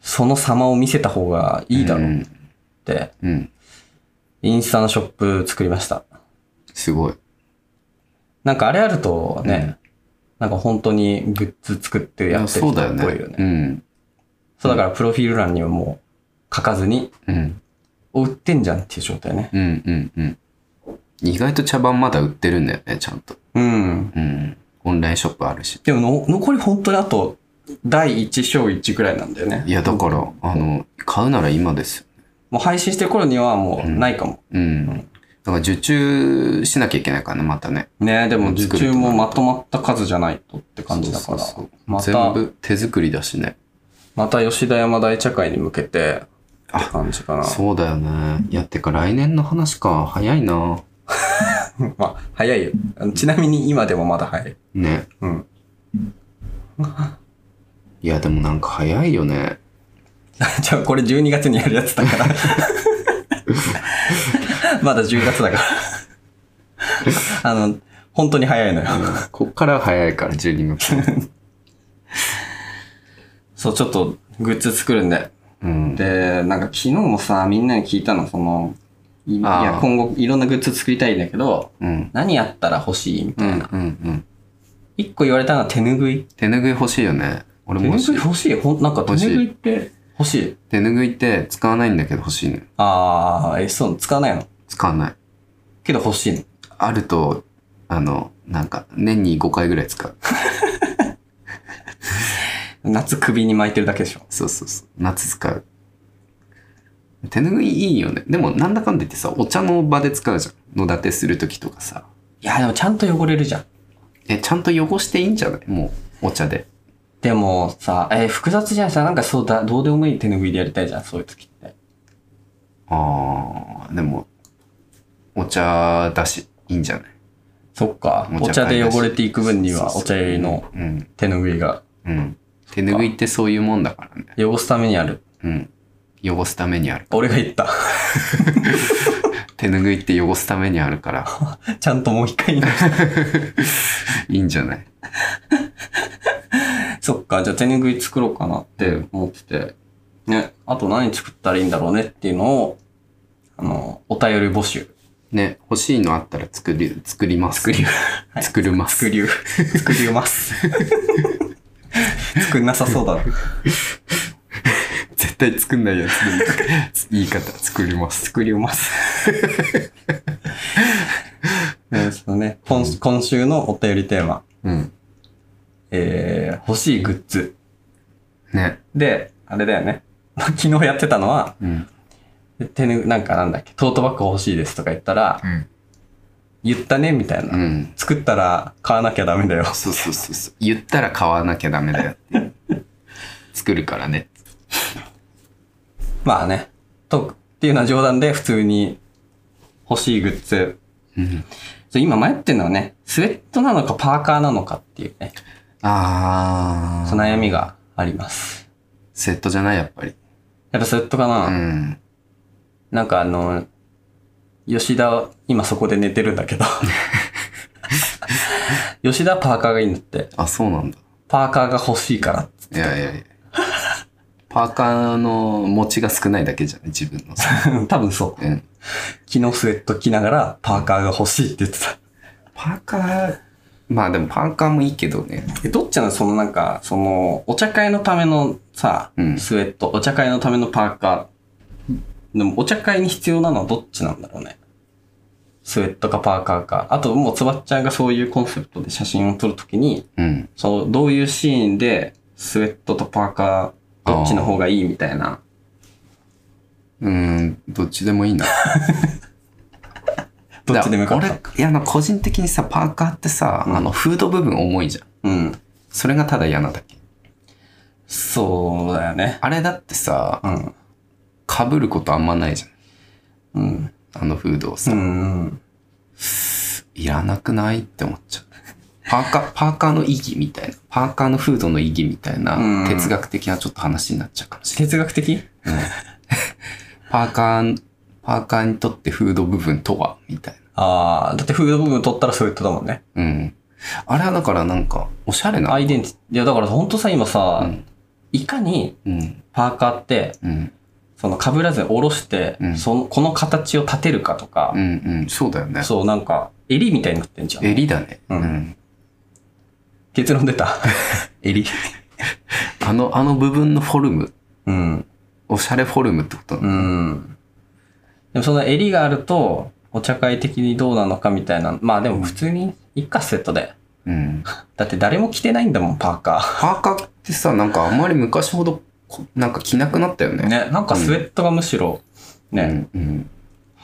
[SPEAKER 2] その様を見せた方がいいだろうって、
[SPEAKER 3] うん。うん。
[SPEAKER 2] インスタのショップ作りました。
[SPEAKER 3] すごい。
[SPEAKER 2] なんかあれあるとね、なんか本当にグッズ作ってやってる
[SPEAKER 3] そ
[SPEAKER 2] 人
[SPEAKER 3] うだよ
[SPEAKER 2] っ
[SPEAKER 3] ね。
[SPEAKER 2] ぽいよね。
[SPEAKER 3] うん。
[SPEAKER 2] そうだからプロフィール欄にはもう書かずに、
[SPEAKER 3] うん。
[SPEAKER 2] お売ってんじゃんっていう状態ね。
[SPEAKER 3] うん。うん。うん。意外と茶番まだ売ってるんだよね、ちゃんと。
[SPEAKER 2] うん。
[SPEAKER 3] うん。オンラインショップあるし。
[SPEAKER 2] でもの残り本当にあと、第1章1くらいなんだよね。
[SPEAKER 3] いや、だから、あの、買うなら今ですよ。
[SPEAKER 2] もう配信してる頃にはもうないかも。
[SPEAKER 3] うん。だから受注しなきゃいけないからね、またね。
[SPEAKER 2] ねでも受
[SPEAKER 3] 作る
[SPEAKER 2] 注
[SPEAKER 3] となると
[SPEAKER 2] もまとまった数じゃないとって感じだから。
[SPEAKER 3] そうそうそう
[SPEAKER 2] ま
[SPEAKER 3] 全
[SPEAKER 2] た、
[SPEAKER 3] 部手作りだしね。
[SPEAKER 2] また吉田山大茶会に向けて、って感じかな。
[SPEAKER 3] そうだよね。いや、てか来年の話か。早いな。
[SPEAKER 2] まあ、早いよ。あのちなみに今でもまだ早い。
[SPEAKER 3] ね。
[SPEAKER 2] うん。
[SPEAKER 3] いや、でもなんか早いよね。
[SPEAKER 2] じゃあこれ12月にやるやつだから。 まだ10月だから。 あの、本当に早いのよ。
[SPEAKER 3] こっから早いから、12月。
[SPEAKER 2] そう、ちょっとグッズ作るんで。
[SPEAKER 3] うん。
[SPEAKER 2] で、なんか昨日もさ、みんなに聞いたの、その、いい
[SPEAKER 3] あー
[SPEAKER 2] や、今後いろんなグッズ作りたいんだけど、
[SPEAKER 3] うん。
[SPEAKER 2] 何やったら欲しいみ
[SPEAKER 3] う
[SPEAKER 2] た
[SPEAKER 3] ん、う
[SPEAKER 2] い
[SPEAKER 3] ん、
[SPEAKER 2] な。
[SPEAKER 3] うん。
[SPEAKER 2] 一、個言われたのは手拭い。
[SPEAKER 3] 手拭い欲しいよね。俺
[SPEAKER 2] 手
[SPEAKER 3] も欲し
[SPEAKER 2] 拭
[SPEAKER 3] い
[SPEAKER 2] い。欲しい。ほんなんか手
[SPEAKER 3] 欲しい
[SPEAKER 2] 拭いって欲しい。
[SPEAKER 3] 手拭いって使わないんだけど欲しいの。
[SPEAKER 2] ああ、え、そう、使わないの。
[SPEAKER 3] 使わない。
[SPEAKER 2] けど欲しいの。
[SPEAKER 3] あると、あの、なんか、年に5回ぐらい使う。
[SPEAKER 2] 夏首に巻いてるだけでしょ。
[SPEAKER 3] そうそうそう。夏使う。手拭いいいよね。でも、なんだかんだ言ってさ、お茶の場で使うじゃん。野立てするときとかさ。
[SPEAKER 2] いや、でもちゃんと汚れるじゃん。
[SPEAKER 3] え、ちゃんと汚していいんじゃないもう、お茶で。
[SPEAKER 2] でもさ、えー複雑じゃないさ、なんかそうだ、どうでもいい手拭いでやりたいじゃん、そういう時って。
[SPEAKER 3] あー、でも、お茶だし、いいんじゃない
[SPEAKER 2] そっか。お茶で汚れていく分には、お茶入りの。
[SPEAKER 3] そうそうそううん。
[SPEAKER 2] 手拭いが
[SPEAKER 3] うん。手拭いってそういうもんだからね。
[SPEAKER 2] 汚すためにある。
[SPEAKER 3] うん。汚すためにある。
[SPEAKER 2] 俺が言った。
[SPEAKER 3] 手拭いって汚すためにあるから、
[SPEAKER 2] ちゃんともう一 回言いました
[SPEAKER 3] いいんじゃない
[SPEAKER 2] そっか、じゃあ手拭い作ろうかなって思ってて。ね、あと何作ったらいいんだろうねっていうのを、あの、お便り募 集。
[SPEAKER 3] ね、欲しいのあったら作り、作ります。作り、作るます。
[SPEAKER 2] 作りゅう。作りゅう ます。作んなさそうだな。
[SPEAKER 3] 絶対作んないやつでいい言い方、作ります。
[SPEAKER 2] 作ります。 ねそのね、今今週のお便りテーマ、
[SPEAKER 3] うん。
[SPEAKER 2] えー、欲しいグッズ。
[SPEAKER 3] ね。
[SPEAKER 2] で、あれだよね。 昨日やってたのは、
[SPEAKER 3] うん。
[SPEAKER 2] 手ぬ、なんかなんだっけ、トートバッグ欲しいですとか言ったら、
[SPEAKER 3] うん。
[SPEAKER 2] 言ったねみたいな、
[SPEAKER 3] うん。
[SPEAKER 2] 作ったら買わなきゃダメだよ。
[SPEAKER 3] そうそうそうそう。言ったら買わなきゃダメだよって。作るからね。
[SPEAKER 2] まあね、と、っていうのは冗談で普通に欲しいグッズ。
[SPEAKER 3] うん。
[SPEAKER 2] そう今迷ってんのはね、スウェットなのかパーカーなのかっていうね、
[SPEAKER 3] あ
[SPEAKER 2] そ
[SPEAKER 3] ー。
[SPEAKER 2] の悩みがあります。
[SPEAKER 3] セットじゃない、やっぱり。
[SPEAKER 2] やっぱスウェットかな、
[SPEAKER 3] うん。
[SPEAKER 2] なんかあの、吉田、今そこで寝てるんだ けど。吉田パーカーがいいんだって。
[SPEAKER 3] あ、そうなんだ。
[SPEAKER 2] パーカーが欲しいからっ つっ
[SPEAKER 3] いやいやいや。パーカーの持ちが少ないだけじゃない自分の。
[SPEAKER 2] て。多分そう。
[SPEAKER 3] うん。
[SPEAKER 2] 昨日スウェット着ながらパーカーが欲しいって言ってた。
[SPEAKER 3] パーカー、まあでもパーカーもいいけどね。
[SPEAKER 2] え、どっちなのそのなんか、その、お茶会のためのさ、
[SPEAKER 3] うん
[SPEAKER 2] スウェット、お茶会のためのパーカー。でも、お茶会に必要なのはどっちなんだろうね。スウェットかパーカーか。あと、もう、つばっちゃんがそういうコンセプトで写真を撮るときに、
[SPEAKER 3] うん。
[SPEAKER 2] そう、どういうシーンで、スウェットとパーカー、どっちの方がいいみたいな。
[SPEAKER 3] うん、どっちでもいいな。
[SPEAKER 2] どっちでもよかっ
[SPEAKER 3] だ
[SPEAKER 2] た。
[SPEAKER 3] ら俺、いや、個人的にさ、パーカーってさ、
[SPEAKER 2] うん
[SPEAKER 3] あの、フード部分重いじゃ
[SPEAKER 2] う
[SPEAKER 3] ん。
[SPEAKER 2] ん。
[SPEAKER 3] それがただ嫌なだけ。
[SPEAKER 2] そうだよね。
[SPEAKER 3] あれだってさ、
[SPEAKER 2] うん。
[SPEAKER 3] 被ることあんまないじ
[SPEAKER 2] うん。
[SPEAKER 3] ゃん。あのフードをさ、
[SPEAKER 2] うんうん。
[SPEAKER 3] いらなくないって思っちゃう。パーカー、パーカーの意義みたいな、パーカーのフードの意義みたい
[SPEAKER 2] うん
[SPEAKER 3] な、哲学的なちょっと話になっちゃうかもしれない。
[SPEAKER 2] 哲学的
[SPEAKER 3] パーカー、パーカーにとってフード部分とはみたい
[SPEAKER 2] ああ、だってフード部分取ったらスウェットだもんね。
[SPEAKER 3] な。うん。あれはだからなんか、おしゃれな。
[SPEAKER 2] アイデンティティ。いや、だからほんとさ、今さ、
[SPEAKER 3] うん
[SPEAKER 2] いかに
[SPEAKER 3] うん。
[SPEAKER 2] パーカーって、
[SPEAKER 3] うん。
[SPEAKER 2] その被らずに下ろして、
[SPEAKER 3] うん
[SPEAKER 2] その、この形を立てるかとか
[SPEAKER 3] う、んうん。そうだよね。
[SPEAKER 2] そう、なんか、襟みたいになってんじゃん。
[SPEAKER 3] 襟だね。
[SPEAKER 2] うん
[SPEAKER 3] うん。
[SPEAKER 2] 結論出 た。襟。
[SPEAKER 3] あの、あの部分のフォルム
[SPEAKER 2] うん。
[SPEAKER 3] おしゃれフォルムってこと
[SPEAKER 2] う
[SPEAKER 3] なの
[SPEAKER 2] ん。でもその襟があると、お茶会的にどうなのかみたいな。まあでも普通に一家セットで。
[SPEAKER 3] うん。
[SPEAKER 2] だって誰も着てないんだもん、パーカ
[SPEAKER 3] パーカーってさ、なんかあんまり昔ほどこ、なんか着なくなったよ
[SPEAKER 2] ー。
[SPEAKER 3] ね。
[SPEAKER 2] ね、なんかスウェットがむしろ、ね、
[SPEAKER 3] うん。うん。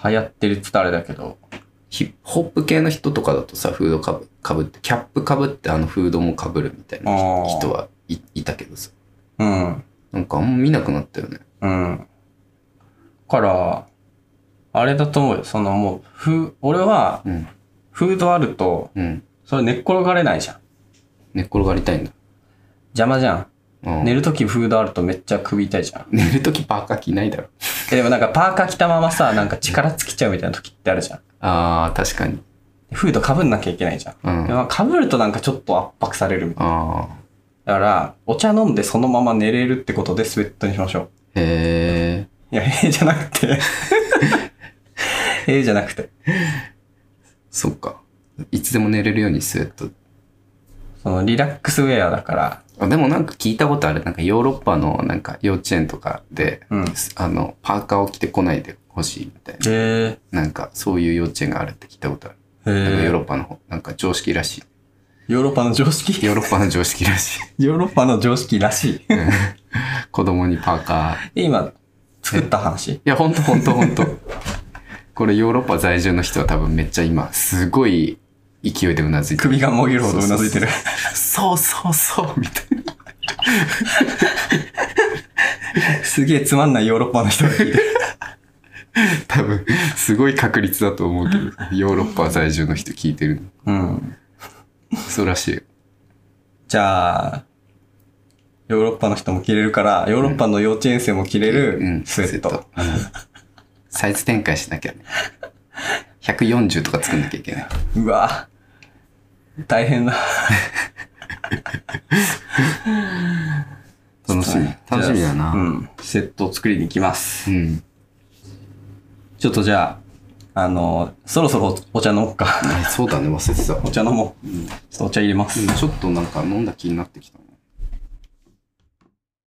[SPEAKER 2] 流行ってるって言ったらあれだけど。
[SPEAKER 3] ヒップホップ系の人とかだとさ、フードかぶかぶって、キャップかぶってあのフードもかぶるみたいな
[SPEAKER 2] あー
[SPEAKER 3] 人はいいたけどさ。
[SPEAKER 2] うん。
[SPEAKER 3] なんかあんま見なくなったよね。
[SPEAKER 2] うん。から、あれだと思うよ。そのもう、ふ、俺は、
[SPEAKER 3] うん。
[SPEAKER 2] フードあると、
[SPEAKER 3] うん。
[SPEAKER 2] それ寝っ転がれないじゃん。
[SPEAKER 3] 寝っ転がりたいんだ。
[SPEAKER 2] 邪魔じゃん。
[SPEAKER 3] うん、
[SPEAKER 2] 寝るときフードあるとめっちゃ首痛いじゃん。
[SPEAKER 3] 寝るときパーカー着ないだろ。
[SPEAKER 2] えでもなんかパーカー着たままさ、なんか力尽きちゃうみたいな時ってあるじゃん。
[SPEAKER 3] ああ、確かに。
[SPEAKER 2] フード被んなきゃいけないじゃん。
[SPEAKER 3] うん。あ
[SPEAKER 2] まあ、被るとなんかちょっと圧迫されるみたい
[SPEAKER 3] あ
[SPEAKER 2] だから、お茶飲んでそのまま寝れるってことでスウェットにしましょ
[SPEAKER 3] ー。へえ。
[SPEAKER 2] う。いや、ええじゃなく て。ええじゃなくて。
[SPEAKER 3] そっか。いつでも寝れるようにスウェット。
[SPEAKER 2] そのリラックスウェアだから、
[SPEAKER 3] あでもなんか聞いたことある。なんかヨーロッパのなんか幼稚園とかで、
[SPEAKER 2] うん
[SPEAKER 3] あの、パーカーを着てこないでほしいみたい
[SPEAKER 2] へ
[SPEAKER 3] な。なんかそういう幼稚園があるって聞いたことある。
[SPEAKER 2] え。へ
[SPEAKER 3] なんかヨーロ
[SPEAKER 2] え。
[SPEAKER 3] ッパの方、なんか常識らし
[SPEAKER 2] ヨーロッパの常識
[SPEAKER 3] い。ヨーロッパの常識らし い。
[SPEAKER 2] ヨーロッパの常識ら しい。
[SPEAKER 3] 子供にパーカー。
[SPEAKER 2] で
[SPEAKER 3] い
[SPEAKER 2] 今、作った話。
[SPEAKER 3] や、ほんとほんとほんと。これヨーロッパ在住の人は多分めっちゃ今、すごい勢いでうなずいてる。
[SPEAKER 2] 首がもぎるほどうなずいてる。
[SPEAKER 3] そうそうそう、みたいな。
[SPEAKER 2] すげえつまんないヨーロッパの人が聞いて る。
[SPEAKER 3] 多分、すごい確率だと思うけど、ヨーロッパ在住の人聞いてる。
[SPEAKER 2] うん。
[SPEAKER 3] そうらしいよ。
[SPEAKER 2] じゃあ、ヨーロッパの人も着れるから、ヨーロッパの幼稚園生も着れ
[SPEAKER 3] うん
[SPEAKER 2] る、スウェッ
[SPEAKER 3] スウェ
[SPEAKER 2] ト。
[SPEAKER 3] サイズ展開しなきゃね。140とか作んなきゃいけない。
[SPEAKER 2] うわ大変だ。
[SPEAKER 3] 楽しみ。楽しみだ
[SPEAKER 2] う
[SPEAKER 3] な。
[SPEAKER 2] ん。セットを作りに行きます。
[SPEAKER 3] うん。
[SPEAKER 2] ちょっとじゃあ、あの、そろそろお茶飲もうか。
[SPEAKER 3] あそうだね、忘れてた。
[SPEAKER 2] お茶飲もう。ちょっとお茶入れます。
[SPEAKER 3] うんちょっとなんか飲んだ気になってきたね。